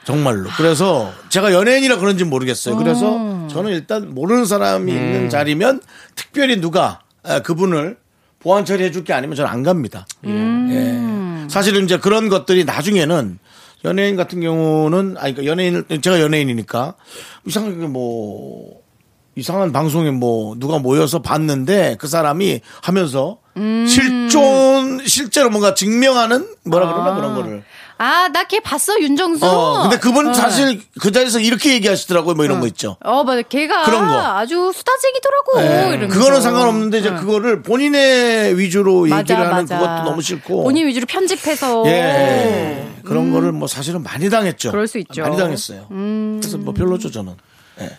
Speaker 1: 정말로. 그래서 제가 연예인이라 그런지 모르겠어요.
Speaker 6: 음.
Speaker 1: 그래서 저는 일단 모르는 사람이 있는 자리면 특별히 누가 아, 그분을 보완 처리해 줄 게 아니면 저는 안 갑니다.
Speaker 6: 음.
Speaker 1: 예. 사실은 이제 그런 것들이 나중에는 연예인 같은 경우는 아니 그러니까 연예인을 제가 연예인이니까 이상하게 뭐 이상한 방송에 뭐 누가 모여서 봤는데 그 사람이 하면서 실존 실제로 뭔가 증명하는 뭐라 그러나 그런 거를
Speaker 6: 아, 나 걔 봤어, 윤정수.
Speaker 1: 어, 근데 그분
Speaker 6: 어.
Speaker 1: 사실 그 자리에서 이렇게 얘기하시더라고요. 뭐 이런 거 있죠.
Speaker 6: 어, 맞아. 걔가
Speaker 1: 그런 거.
Speaker 6: 아주 수다쟁이더라고.
Speaker 1: 네.
Speaker 6: 이러면서.
Speaker 1: 그거는 상관없는데 이제
Speaker 6: 응.
Speaker 1: 그거를 본인의 위주로
Speaker 6: 맞아,
Speaker 1: 얘기를 하는
Speaker 6: 맞아.
Speaker 1: 그것도 너무 싫고.
Speaker 6: 본인 위주로 편집해서.
Speaker 1: 예. 그런 거를 뭐 사실은 많이 당했죠.
Speaker 6: 그럴 수 있죠. 음.
Speaker 1: 많이 당했어요. 그래서 뭐 별로죠 저는. 예.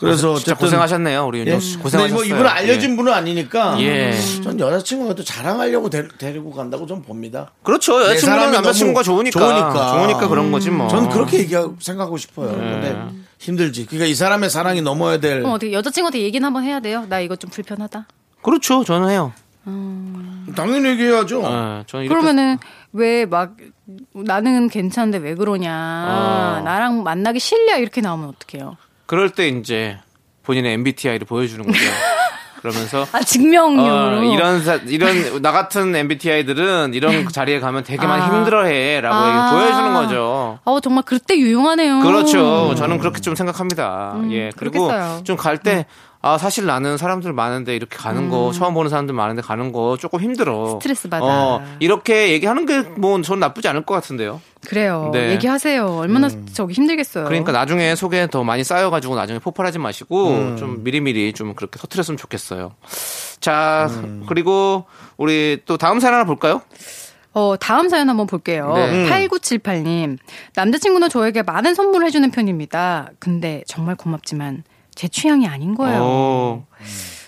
Speaker 1: 그래서
Speaker 2: 진짜
Speaker 1: 어쨌든
Speaker 2: 고생하셨네요, 우리
Speaker 1: 예.
Speaker 2: 윤정 씨.
Speaker 1: 근데
Speaker 2: 고생하셨어요.
Speaker 1: 뭐 이분 알려진 분은 아니니까.
Speaker 2: 예.
Speaker 1: 전 여자친구가 또 자랑하려고 데, 리고 간다고 좀 봅니다.
Speaker 2: 그렇죠.
Speaker 1: 내 예, 사람이
Speaker 2: 여자친구는 남자친구가
Speaker 1: 너무
Speaker 2: 좋으니까.
Speaker 1: 좋으니까.
Speaker 2: 그런 거지 뭐. 예.
Speaker 1: 저는 그렇게 얘기하고 생각하고 싶어요. 근데 힘들지. 그러니까 이 사람의 사랑이 넘어야 될.
Speaker 6: 그럼 어떻게 여자친구한테 얘기는 한번 해야 돼요? 나 이거 좀 불편하다.
Speaker 2: 그렇죠. 저는 해요.
Speaker 1: 당연히 얘기해야죠.
Speaker 2: 예, 저는 이렇게-
Speaker 6: 그러면은 왜 막 나는 괜찮은데 왜 그러냐.
Speaker 2: 아.
Speaker 6: 나랑 만나기 싫냐 이렇게 나오면 어떡해요?
Speaker 2: 그럴 때 이제 본인의 MBTI를 보여주는 거죠. 그러면서
Speaker 6: 아, 증명용으로.
Speaker 2: 어,
Speaker 1: 아,
Speaker 2: 이런 사- 이런 나 같은 MBTI들은 이런 자리에 가면 되게 많이
Speaker 6: 아.
Speaker 2: 힘들어해라고
Speaker 6: 아.
Speaker 2: 보여주는 거죠.
Speaker 6: 어, 정말 그때 유용하네요.
Speaker 2: 그렇죠. 저는 그렇게 좀 생각합니다. 예. 그리고
Speaker 6: 음. 그렇겠어요. 음.
Speaker 2: 좀 갈 때 아, 사실 나는 사람들 많은데 이렇게 가는 거 처음 보는 사람들 많은데 가는 거 조금 힘들어.
Speaker 6: 스트레스 받아.
Speaker 2: 어, 이렇게 얘기하는 게 뭐 저는 나쁘지 않을 것 같은데요.
Speaker 6: 그래요.
Speaker 2: 네.
Speaker 6: 얘기하세요. 얼마나
Speaker 1: 음.
Speaker 6: 저기 힘들겠어요.
Speaker 2: 그러니까 나중에 속에 더 많이 쌓여가지고 나중에 폭발하지 마시고
Speaker 6: 음.
Speaker 2: 좀 미리미리 좀 그렇게 터트렸으면 좋겠어요. 자,
Speaker 6: 음.
Speaker 2: 그리고 우리 또 다음 사연 하나 볼까요?
Speaker 6: 어, 다음 사연 한번 볼게요.
Speaker 2: 네.
Speaker 6: 8978님. 남자친구는 저에게 많은 선물을 해주는 편입니다. 근데 정말 고맙지만 제 취향이 아닌 거예요.
Speaker 2: 오,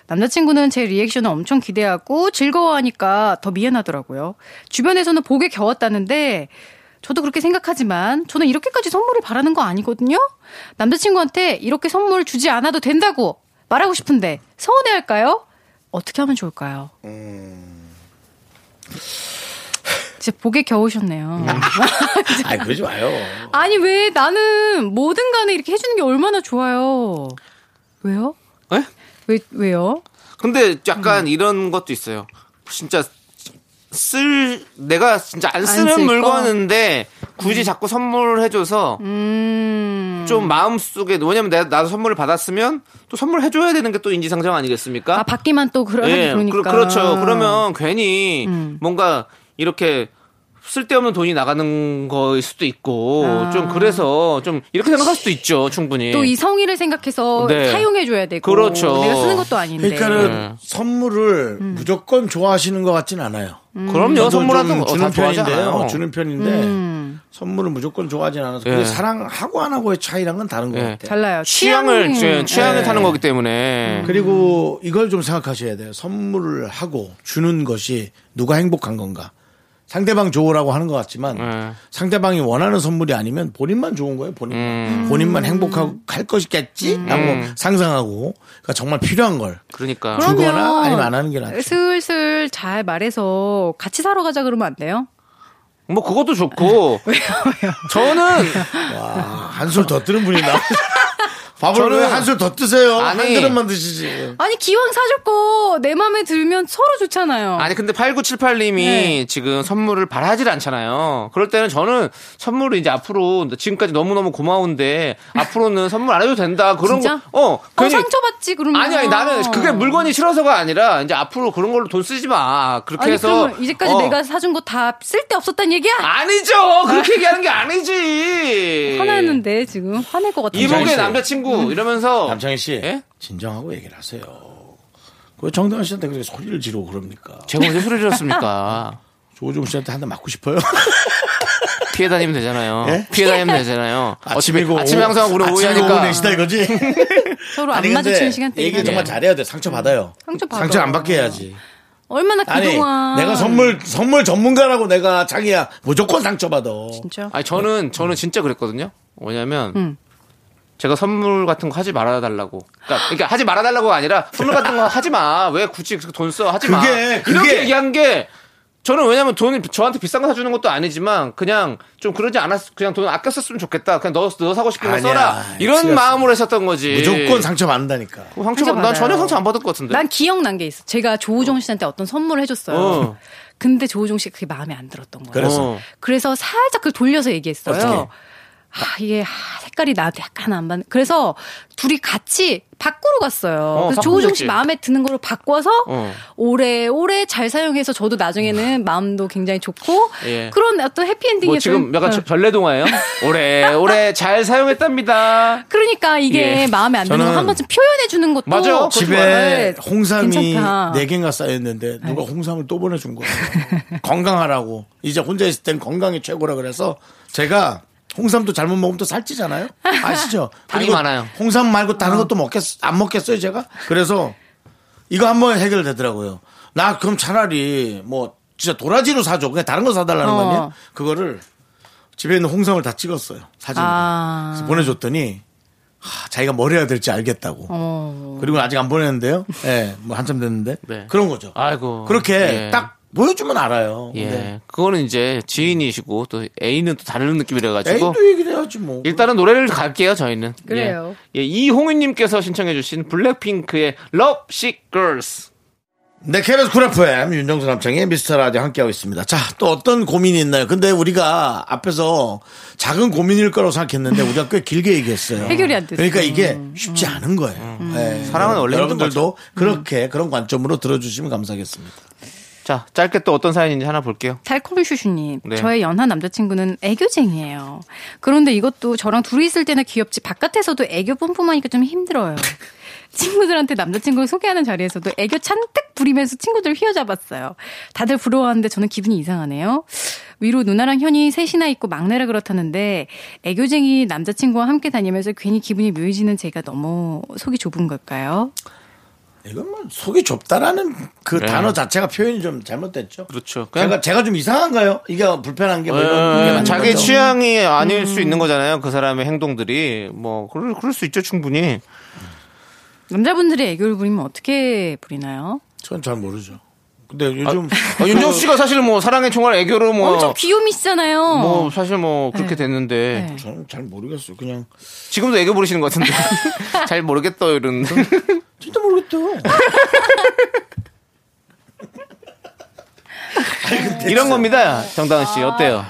Speaker 6: 남자친구는 제 리액션을 엄청 기대하고 즐거워하니까 더 미안하더라고요. 주변에서는 복에 겨웠다는데 저도 그렇게 생각하지만 저는 이렇게까지 선물을 바라는 거 아니거든요. 남자친구한테 이렇게 선물 주지 않아도 된다고 말하고 싶은데 서운해할까요? 어떻게 하면 좋을까요? 진짜 복에 겨우셨네요.
Speaker 1: 아, 그러지 마요.
Speaker 6: 아니 왜 나는 뭐든 간에 이렇게 해주는 게 얼마나 좋아요. 왜요?
Speaker 2: 에?
Speaker 6: 왜 왜요?
Speaker 2: 근데 약간 이런 것도 있어요. 진짜 쓸 내가 진짜 안 쓰는
Speaker 6: 쓸 거?
Speaker 2: 물건인데 굳이 자꾸 선물을 해줘서
Speaker 6: 음.
Speaker 2: 좀 마음속에 왜냐면 내가 나도 선물을 받았으면 또 선물 해줘야 되는 게 또 인지상정 아니겠습니까?
Speaker 6: 아, 받기만 또 그러,
Speaker 2: 예,
Speaker 6: 그러니까.
Speaker 2: 그, 렇죠 그러면 괜히
Speaker 6: 음.
Speaker 2: 뭔가 이렇게 쓸데없는 돈이 나가는 거일 수도 있고 좀 그래서 좀 이렇게 생각할 수도 있죠 충분히.
Speaker 6: 아. 또 이 성의를 생각해서
Speaker 2: 예. 네.
Speaker 6: 사용해줘야 되고.
Speaker 2: 그렇죠.
Speaker 6: 내가 쓰는 것도 아닌데.
Speaker 1: 그러니까는
Speaker 2: 네.
Speaker 1: 선물을 무조건 좋아하시는 것 같진 않아요.
Speaker 2: 그럼요
Speaker 1: 저도
Speaker 2: 음. 선물하던
Speaker 1: 음. 좀
Speaker 2: 거다
Speaker 1: 주는 편인데요. 어,
Speaker 2: 좋아하잖아요.
Speaker 1: 주는 편인데
Speaker 6: 음.
Speaker 1: 선물을 무조건 좋아하진 않아서
Speaker 2: 예.
Speaker 1: 근데 사랑하고 안 하고의 차이랑은 다른 것
Speaker 2: 예.
Speaker 1: 같아요.
Speaker 6: 달라요.
Speaker 2: 취향을 취- 취향을
Speaker 1: 네.
Speaker 2: 타는 거기
Speaker 6: 음.
Speaker 2: 때문에
Speaker 1: 그리고 이걸 좀 생각하셔야 돼요. 선물을 하고 주는 것이 누가 행복한 건가? 상대방 좋으라고 하는 것 같지만
Speaker 2: 네.
Speaker 1: 상대방이 원하는 선물이 아니면 본인만 좋은 거예요. 본인만
Speaker 2: 음.
Speaker 1: 본인만 행복하고
Speaker 6: 음.
Speaker 1: 할 것이겠지라고 상상하고 그러니까 정말 필요한 걸
Speaker 2: 그러니까
Speaker 6: 그럼-
Speaker 1: 주거나
Speaker 6: 그러면
Speaker 1: 아니면 안 하는 게 낫죠.
Speaker 6: 예. 슬슬 잘 말해서 같이 사러 가자 그러면 안 돼요?
Speaker 2: 뭐 그것도 좋고 저는
Speaker 1: 아, 한술 더 뜨는 분이 나. 밥을
Speaker 2: 저는-
Speaker 1: 왜 한술 더 뜨세요?
Speaker 2: 아니.
Speaker 1: 한 그릇만 드시지.
Speaker 6: 아니, 기왕 사줬고, 내 마음에 들면 서로 좋잖아요. 어,
Speaker 2: 아니 근데 8978님이
Speaker 6: 네.
Speaker 2: 지금 선물을 바라질 않잖아요. 그럴 때는 저는 선물을 이제 앞으로 지금까지 너무 너무 고마운데 앞으로는 선물 안 해도 된다 그런
Speaker 6: 진짜?
Speaker 2: 거. 어
Speaker 6: 어,
Speaker 2: 괜히
Speaker 6: 상처받지, 그러면.
Speaker 2: 아니 아니 나는 그게 물건이 싫어서가 아니라 이제 앞으로 그런 걸로 돈 쓰지 마 그렇게
Speaker 6: 아니,
Speaker 2: 해서
Speaker 6: 그러면 이제까지
Speaker 2: 어.
Speaker 6: 내가 사준 거 다 쓸데 없었단 얘기야?
Speaker 2: 아니죠 그렇게 얘기하는 게 아니지
Speaker 6: 화나는데, 지금. 화낼 것 같은데.
Speaker 2: 이복의 음.
Speaker 1: 남창희 씨.
Speaker 2: 남자친구 이러면서
Speaker 1: 남창희 씨
Speaker 2: 예?
Speaker 1: 진정하고 얘기를 하세요. 그 정다은 씨한테 그렇게 소리를 지르고 그럽니까?
Speaker 2: 제가 언제 소리 지렀습니까
Speaker 1: 조우종 씨한테 한 대 맞고 싶어요.
Speaker 2: 피해 다니면 되잖아요
Speaker 1: 예?
Speaker 2: 피해 다니면 되잖아요 어차피
Speaker 1: 아침이고
Speaker 2: 아침에 항상 우리
Speaker 1: 아침이고
Speaker 2: 오해하니까
Speaker 1: 오후 4시다 이거지.
Speaker 6: 서로 음, 안
Speaker 1: 아니, 근데
Speaker 6: 마주치는 시간대.
Speaker 1: 얘기 정말 잘해야 돼. 상처 받아요.
Speaker 6: 상처 받아.
Speaker 1: 안 받게 해야지.
Speaker 6: 얼마나
Speaker 1: 아니
Speaker 6: 그동안.
Speaker 1: 내가 선물 선물 전문가라고 내가 자기야 무조건 상처 받아.
Speaker 6: 진짜?
Speaker 2: 아니 저는 저는 진짜 그랬거든요. 뭐냐면
Speaker 6: 음.
Speaker 2: 제가 선물 같은 거 하지 말아 달라고. 그러니까, 그러니까 하지 말아 달라고가 아니라 선물 같은 거 하지 마. 왜 굳이 돈 써? 하지 마.
Speaker 1: 그게, 그게.
Speaker 2: 이렇게 얘기한 게 저는 왜냐면 돈이 저한테 비싼 거 사주는 것도 아니지만 그냥 좀 그러지 않았 그냥 돈 아껴 썼으면 좋겠다. 그냥 너, 너 사고 싶은 거
Speaker 1: 아니야.
Speaker 2: 써라. 이런
Speaker 1: 틀렸어.
Speaker 2: 마음으로 했었던 거지.
Speaker 1: 무조건 상처 받는다니까.
Speaker 2: 어, 상처 받- 난
Speaker 6: 받아요.
Speaker 2: 전혀 상처 안 받을 것 같은데.
Speaker 6: 난 기억난 게 있어. 제가 조우종 씨한테 어떤 선물을 해줬어요.
Speaker 2: 어.
Speaker 6: 근데 조우종 씨 그게 마음에 안 들었던 거예요.
Speaker 1: 그래서.
Speaker 6: 그래서 살짝 그걸 돌려서 얘기했어요.
Speaker 1: 어떻게?
Speaker 6: 아, 이게 아, 색깔이 나한테 약간 안 맞는. 그래서 둘이 같이 바꾸러 갔어요. 그래서 조우종
Speaker 2: 바꾸셨지.
Speaker 6: 씨 마음에 드는 걸로 바꿔서
Speaker 2: 어.
Speaker 6: 오래오래 잘 사용해서 저도 나중에는 마음도 굉장히 좋고
Speaker 2: 예.
Speaker 6: 그런 어떤 해피엔딩이었어요.
Speaker 2: 뭐 지금 약간 저- 전래동화예요? 올해 올해 잘 사용했답니다.
Speaker 6: 그러니까 이게
Speaker 2: 예.
Speaker 6: 마음에 안 드는
Speaker 1: 저는
Speaker 6: 거 한 번쯤 표현해 주는 것도
Speaker 2: 맞아요. 그것도
Speaker 1: 집에
Speaker 6: 네,
Speaker 1: 홍삼이
Speaker 6: 괜찮다. 네.
Speaker 1: 네 개가 쌓였는데 누가 홍삼을 또 보내준 거예요. 건강하라고 이제 혼자 있을 땐 건강이 최고라 그래서 제가 홍삼도 잘못 먹으면 또 살찌잖아요. 아시죠?
Speaker 2: 당이
Speaker 1: 그리고
Speaker 2: 많아요.
Speaker 1: 홍삼 말고
Speaker 6: 어.
Speaker 1: 다른 것도 먹겠 안 먹겠어요 제가. 그래서 이거 한번 해결되더라고요. 나 그럼 차라리 뭐 진짜 도라지로 사줘. 그냥 다른 거 사달라는
Speaker 6: 어.
Speaker 1: 거 아니야? 그거를 집에 있는 홍삼을 다 찍었어요 사진으로
Speaker 6: 아.
Speaker 1: 그래서 보내줬더니 하, 자기가 뭘 해야 될지 알겠다고.
Speaker 6: 어.
Speaker 1: 그리고 아직 안 보냈는데요. 예, 뭐 한참 됐는데.
Speaker 2: 음. 네.
Speaker 1: 그런 거죠.
Speaker 2: 아이고.
Speaker 1: 그렇게
Speaker 2: 예.
Speaker 1: 딱 보여주면 알아요.
Speaker 2: 예.
Speaker 1: 네.
Speaker 2: 그거는 이제 지인이시고 또 애인은 또 다른 느낌이라가지고
Speaker 1: 애인도 얘기를 해야지 뭐.
Speaker 2: 일단은 노래를 갈게요 저희는.
Speaker 6: 그래요.
Speaker 2: 예. 예, 이홍윤님께서 신청해주신 블랙핑크의 Love Sick Girls.
Speaker 1: 네, KBS 쿨 FM 윤정수 남창의 미스터 라디오 함께하고 있습니다. 자, 또 어떤 고민이 있나요? 근데 우리가 앞에서 작은 고민일 거라고 생각했는데 우리가 꽤 길게 얘기했어요.
Speaker 6: 네. 해결이 안 됐어요. 음.
Speaker 1: 그러니까 이게 쉽지 않은 거예요. 예.
Speaker 2: 음. 사랑은 원래 힘든 음.
Speaker 1: 여러분들도 그렇게 그런 관점으로 들어주시면 감사하겠습니다.
Speaker 2: 자 짧게 또 어떤 사연인지 하나 볼게요.
Speaker 6: 달콤슈슈님,
Speaker 2: 네.
Speaker 6: 저의 연하 남자친구는 애교쟁이에요. 그런데 이것도 저랑 둘이 있을 때는 귀엽지 바깥에서도 애교 뿜뿜하니까 좀 힘들어요. 친구들한테 남자친구를 소개하는 자리에서도 애교 찬뜩 부리면서 친구들을 휘어잡았어요. 다들 부러워하는데 저는 기분이 이상하네요. 위로 누나랑 현이 셋이나 있고 막내라 그렇다는데 애교쟁이 남자친구와 함께 다니면서 괜히 기분이 묘해지는 제가 너무 속이 좁은 걸까요?
Speaker 1: 이건 뭐 속이 좁다라는 그
Speaker 2: 네.
Speaker 1: 단어 자체가 표현이 좀 잘못됐죠.
Speaker 2: 그렇죠.
Speaker 1: 제가, 제가 좀 이상한가요? 이게 불편한 게 뭐 이런 게
Speaker 2: 예,
Speaker 1: 맞는
Speaker 2: 자기
Speaker 1: 거죠?
Speaker 2: 취향이 아닐 수 있는 거잖아요. 그 사람의 행동들이 뭐 그럴, 그럴 수 있죠 충분히.
Speaker 6: 남자분들이 애교를 부리면 어떻게 부리나요?
Speaker 1: 저는 잘 모르죠. 근데 요즘
Speaker 2: 아, 윤정 씨가 사실 뭐 사랑의 총알 애교로 뭐
Speaker 6: 엄청 귀요미시잖아요.
Speaker 2: 뭐 사실 뭐 그렇게 됐는데
Speaker 6: 어. 네.
Speaker 1: 저는 잘 모르겠어요. 그냥
Speaker 2: 지금도 애교 부르시는 것 같은데 잘 모르겠다 이런
Speaker 1: 진짜 모르겠다.
Speaker 2: 이런 겁니다 정다은
Speaker 6: 아.
Speaker 2: 씨 어때요?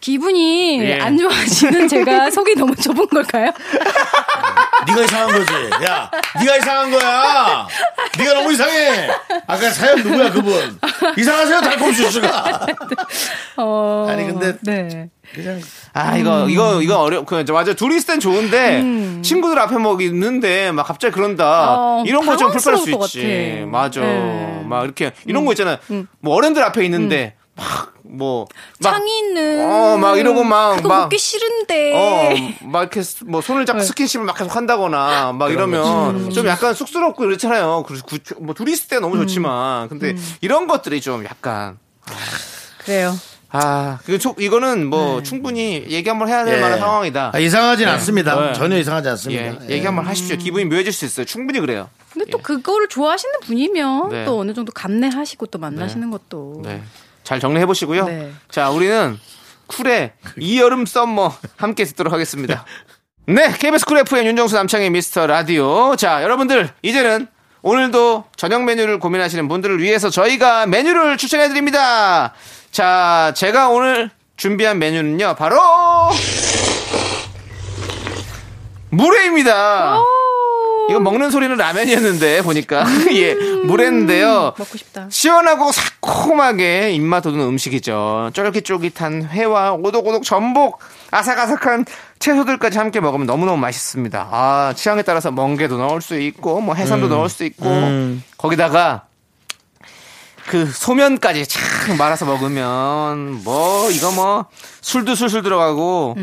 Speaker 6: 기분이
Speaker 2: 예.
Speaker 6: 안 좋아지는 제가 속이 너무 좁은 걸까요?
Speaker 1: 네가 이상한 거지. 야, 네가 이상한 거야. 네가 너무 이상해. 아까 사연 누구야 그분? 이상하세요 달콤슈스가.
Speaker 6: 어,
Speaker 1: 아니, 근데-
Speaker 6: 네.
Speaker 1: 그냥
Speaker 2: 아
Speaker 6: 음.
Speaker 2: 이거 이거 이거 어려 그 맞아 둘이 있을 땐 좋은데 친구들 앞에 뭐 있는데 막 갑자기 그런다
Speaker 6: 어,
Speaker 2: 이런 거 좀 불편할 수
Speaker 6: 당황스러울
Speaker 2: 있지
Speaker 6: 것 같아.
Speaker 2: 맞아
Speaker 6: 네. 음.
Speaker 2: 막 이렇게 이런 거 있잖아 뭐 어른들 앞에 있는데 막뭐
Speaker 6: 창이 있는.
Speaker 2: 어, 막 이러고 막-
Speaker 6: 그거
Speaker 2: 막-
Speaker 6: 먹기 싫은데.
Speaker 2: 어, 막 이렇게 스- 뭐 손을 잡고 스킨십을 막 계속 한다거나 막 이러면 좀 약간 쑥스럽고 이렇잖아요. 그래서 구- 뭐 둘이 있을 때 너무 좋지만 근데 이런 것들이 좀 약간
Speaker 6: 그래요.
Speaker 2: 아, 그거 초- 이거는 뭐 충분히 얘기 한번 해야 될
Speaker 1: 예.
Speaker 2: 만한 상황이다.
Speaker 1: 아, 이상하진 않습니다.
Speaker 2: 네.
Speaker 1: 전혀 이상하지
Speaker 2: 예,
Speaker 1: 않습니다. 예.
Speaker 2: 얘기 한번 하십시오. 기분이 묘해질 수 있어요. 충분히 그래요.
Speaker 6: 근데 또 그거를 좋아하시는 분이면
Speaker 2: 예. 네.
Speaker 6: 또 어느 정도 감내하시고 또 만나시는 것도.
Speaker 2: 네. 잘 정리해 보시고요.
Speaker 6: 네.
Speaker 2: 자, 우리는 쿨의 이 여름 썸머 함께 듣도록 하겠습니다. 네, KBS 쿨 FM 윤정수 남창의 미스터 라디오. 자, 여러분들 이제는 오늘도 저녁 메뉴를 고민하시는 분들을 위해서 저희가 메뉴를 추천해 드립니다. 자, 제가 오늘 준비한 메뉴는요, 바로 물회입니다.
Speaker 6: 어,
Speaker 2: 이거 먹는 소리는 라면이었는데 보니까 예, 물회인데요.
Speaker 6: 먹고 싶다.
Speaker 2: 시원하고 새콤하게 입맛 돋는 음식이죠. 쫄깃쫄깃한 회와 오독오독 전복, 아삭아삭한 채소들까지 함께 먹으면 너무너무 맛있습니다. 아, 취향에 따라서 멍게도 넣을 수 있고, 뭐 해삼도 넣을 수 있고, 거기다가 그 소면까지 착 말아서 먹으면 뭐 이거 뭐 술도 술술 들어가고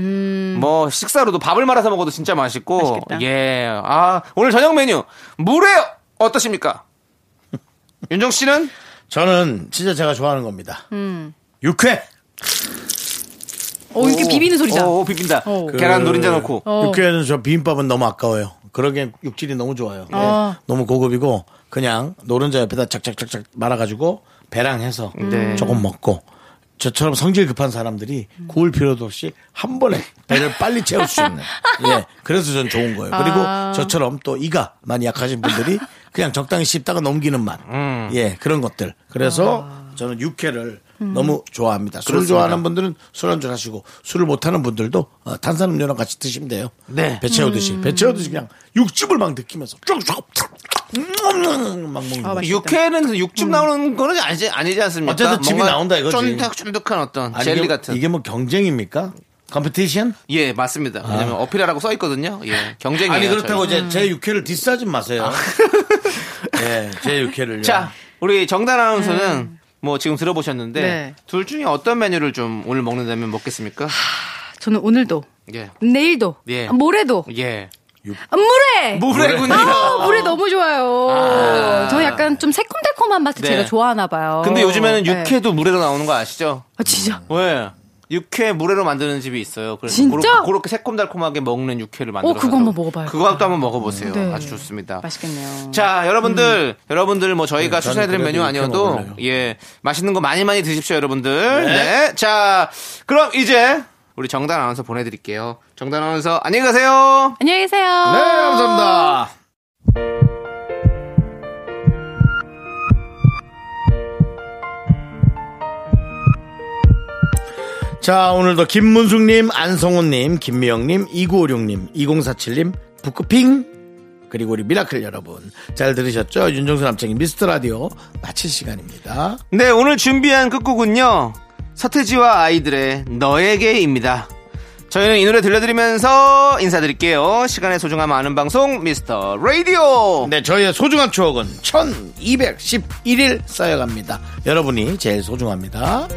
Speaker 2: 뭐 식사로도 밥을 말아서 먹어도 진짜 맛있고
Speaker 6: 맛있겠다.
Speaker 2: 예. 아, 오늘 저녁 메뉴 물회 어떠십니까? 윤정 씨는
Speaker 1: 저는 진짜 제가 좋아하는 겁니다.
Speaker 2: 음.
Speaker 1: 육회.
Speaker 6: 음. 어, 이렇게 비비는 소리다.
Speaker 2: 오, 오, 비빈다.
Speaker 6: 오.
Speaker 2: 계란
Speaker 1: 그-
Speaker 2: 노른자 넣고.
Speaker 6: 어.
Speaker 1: 육회는 저 비빔밥은 너무 아까워요. 그러기엔 육질이 너무 좋아요. 예.
Speaker 6: 어.
Speaker 1: 너무 고급이고 그냥 노른자 옆에다 착착착착 말아가지고 배랑 해서
Speaker 6: 음.
Speaker 2: 네.
Speaker 1: 조금 먹고 저처럼 성질 급한 사람들이 구울 필요도 없이 한 번에 배를 빨리 채울 수 있는. 예. 그래서 전 좋은 거예요. 그리고 저처럼 또 이가 많이 약하신 분들이 그냥 적당히 씹다가 넘기는 맛. 예. 그런 것들. 그래서 저는 육회를 너무 좋아합니다. 술 좋아하는 분들은 술 한잔 하시고 술을 못하는 분들도 어, 탄산음료랑 같이 드시면 돼요.
Speaker 2: 네.
Speaker 1: 배 채우듯이. 배 채우듯이 그냥 육즙을 막 느끼면서 쭉쭉 음, 막 먹는 거.
Speaker 6: 음.
Speaker 2: 육회는 육즙 나오는 거는 아니지, 아니지 않습니까?
Speaker 1: 어쨌든 즙이
Speaker 2: 뭔가
Speaker 1: 나온다 이거지.
Speaker 2: 쫀득쫀득한 어떤
Speaker 1: 아니,
Speaker 2: 젤리
Speaker 1: 이게-
Speaker 2: 같은.
Speaker 1: 이게 뭐 경쟁입니까? 컴피티션?
Speaker 2: 예, 맞습니다. 왜냐면 어필하라고 써 있거든요. 예. 경쟁이에요.
Speaker 1: 아. 아니 그렇다고
Speaker 2: 저희.
Speaker 1: 이제 제 육회를 디스하지 마세요. 예, 제 육회를.
Speaker 2: 자, 우리 정단 아나운서는 뭐 지금 들어보셨는데
Speaker 6: 음. 네.
Speaker 2: 둘 중에 어떤 메뉴를 좀 오늘 먹는다면 먹겠습니까?
Speaker 6: 저는 오늘도,
Speaker 2: 예.
Speaker 6: 내일도, 아,
Speaker 2: 예.
Speaker 6: 모레도, 아,
Speaker 2: 예.
Speaker 6: 물에!
Speaker 2: 물회군요.
Speaker 6: 아, 물에 너무 좋아요.
Speaker 2: 아.
Speaker 6: 저 약간 좀 새콤달콤한 맛을
Speaker 2: 네.
Speaker 6: 제가 좋아하나 봐요.
Speaker 2: 근데 요즘에는
Speaker 6: 네.
Speaker 2: 육회도 물회로 나오는 거 아시죠?
Speaker 6: 아, 진짜.
Speaker 2: 왜? 육회 물회로 만드는 집이 있어요. 그래서
Speaker 6: 진짜?
Speaker 2: 그렇게, 그렇게 새콤달콤하게 먹는 육회를 만들어.
Speaker 6: 그거 한번 먹어봐요.
Speaker 2: 그거 한번 먹어보세요.
Speaker 6: 네. 음.
Speaker 2: 아주 좋습니다.
Speaker 6: 맛있겠네요.
Speaker 2: 자, 여러분들, 여러분들 뭐 저희가
Speaker 1: 네, 저는
Speaker 2: 추천해드린
Speaker 1: 그래도
Speaker 2: 메뉴
Speaker 1: 이렇게
Speaker 2: 아니어도
Speaker 1: 먹을래요.
Speaker 2: 예 맛있는 거 많이 많이 드십시오, 여러분들. 네. 자, 그럼 이제 우리 정단 아나운서 보내드릴게요. 정단 아나운서 안녕히 가세요.
Speaker 6: 안녕히
Speaker 2: 네,
Speaker 6: 계세요.
Speaker 2: 감사합니다.
Speaker 1: 자, 오늘도 김문숙님, 안성훈님, 김미영님, 2956님, 2047님, 북구핑, 그리고 우리 미라클 여러분. 잘 들으셨죠? 윤정수 남창희 미스터 라디오 마칠 시간입니다.
Speaker 2: 네, 오늘 준비한 끝곡은요. 서태지와 아이들의 너에게입니다. 저희는 이 노래 들려드리면서 인사드릴게요. 시간의 소중함 아는 방송 미스터 라디오.
Speaker 1: 네, 저희의 소중한 추억은 1211일 쌓여갑니다. 여러분이 제일 소중합니다.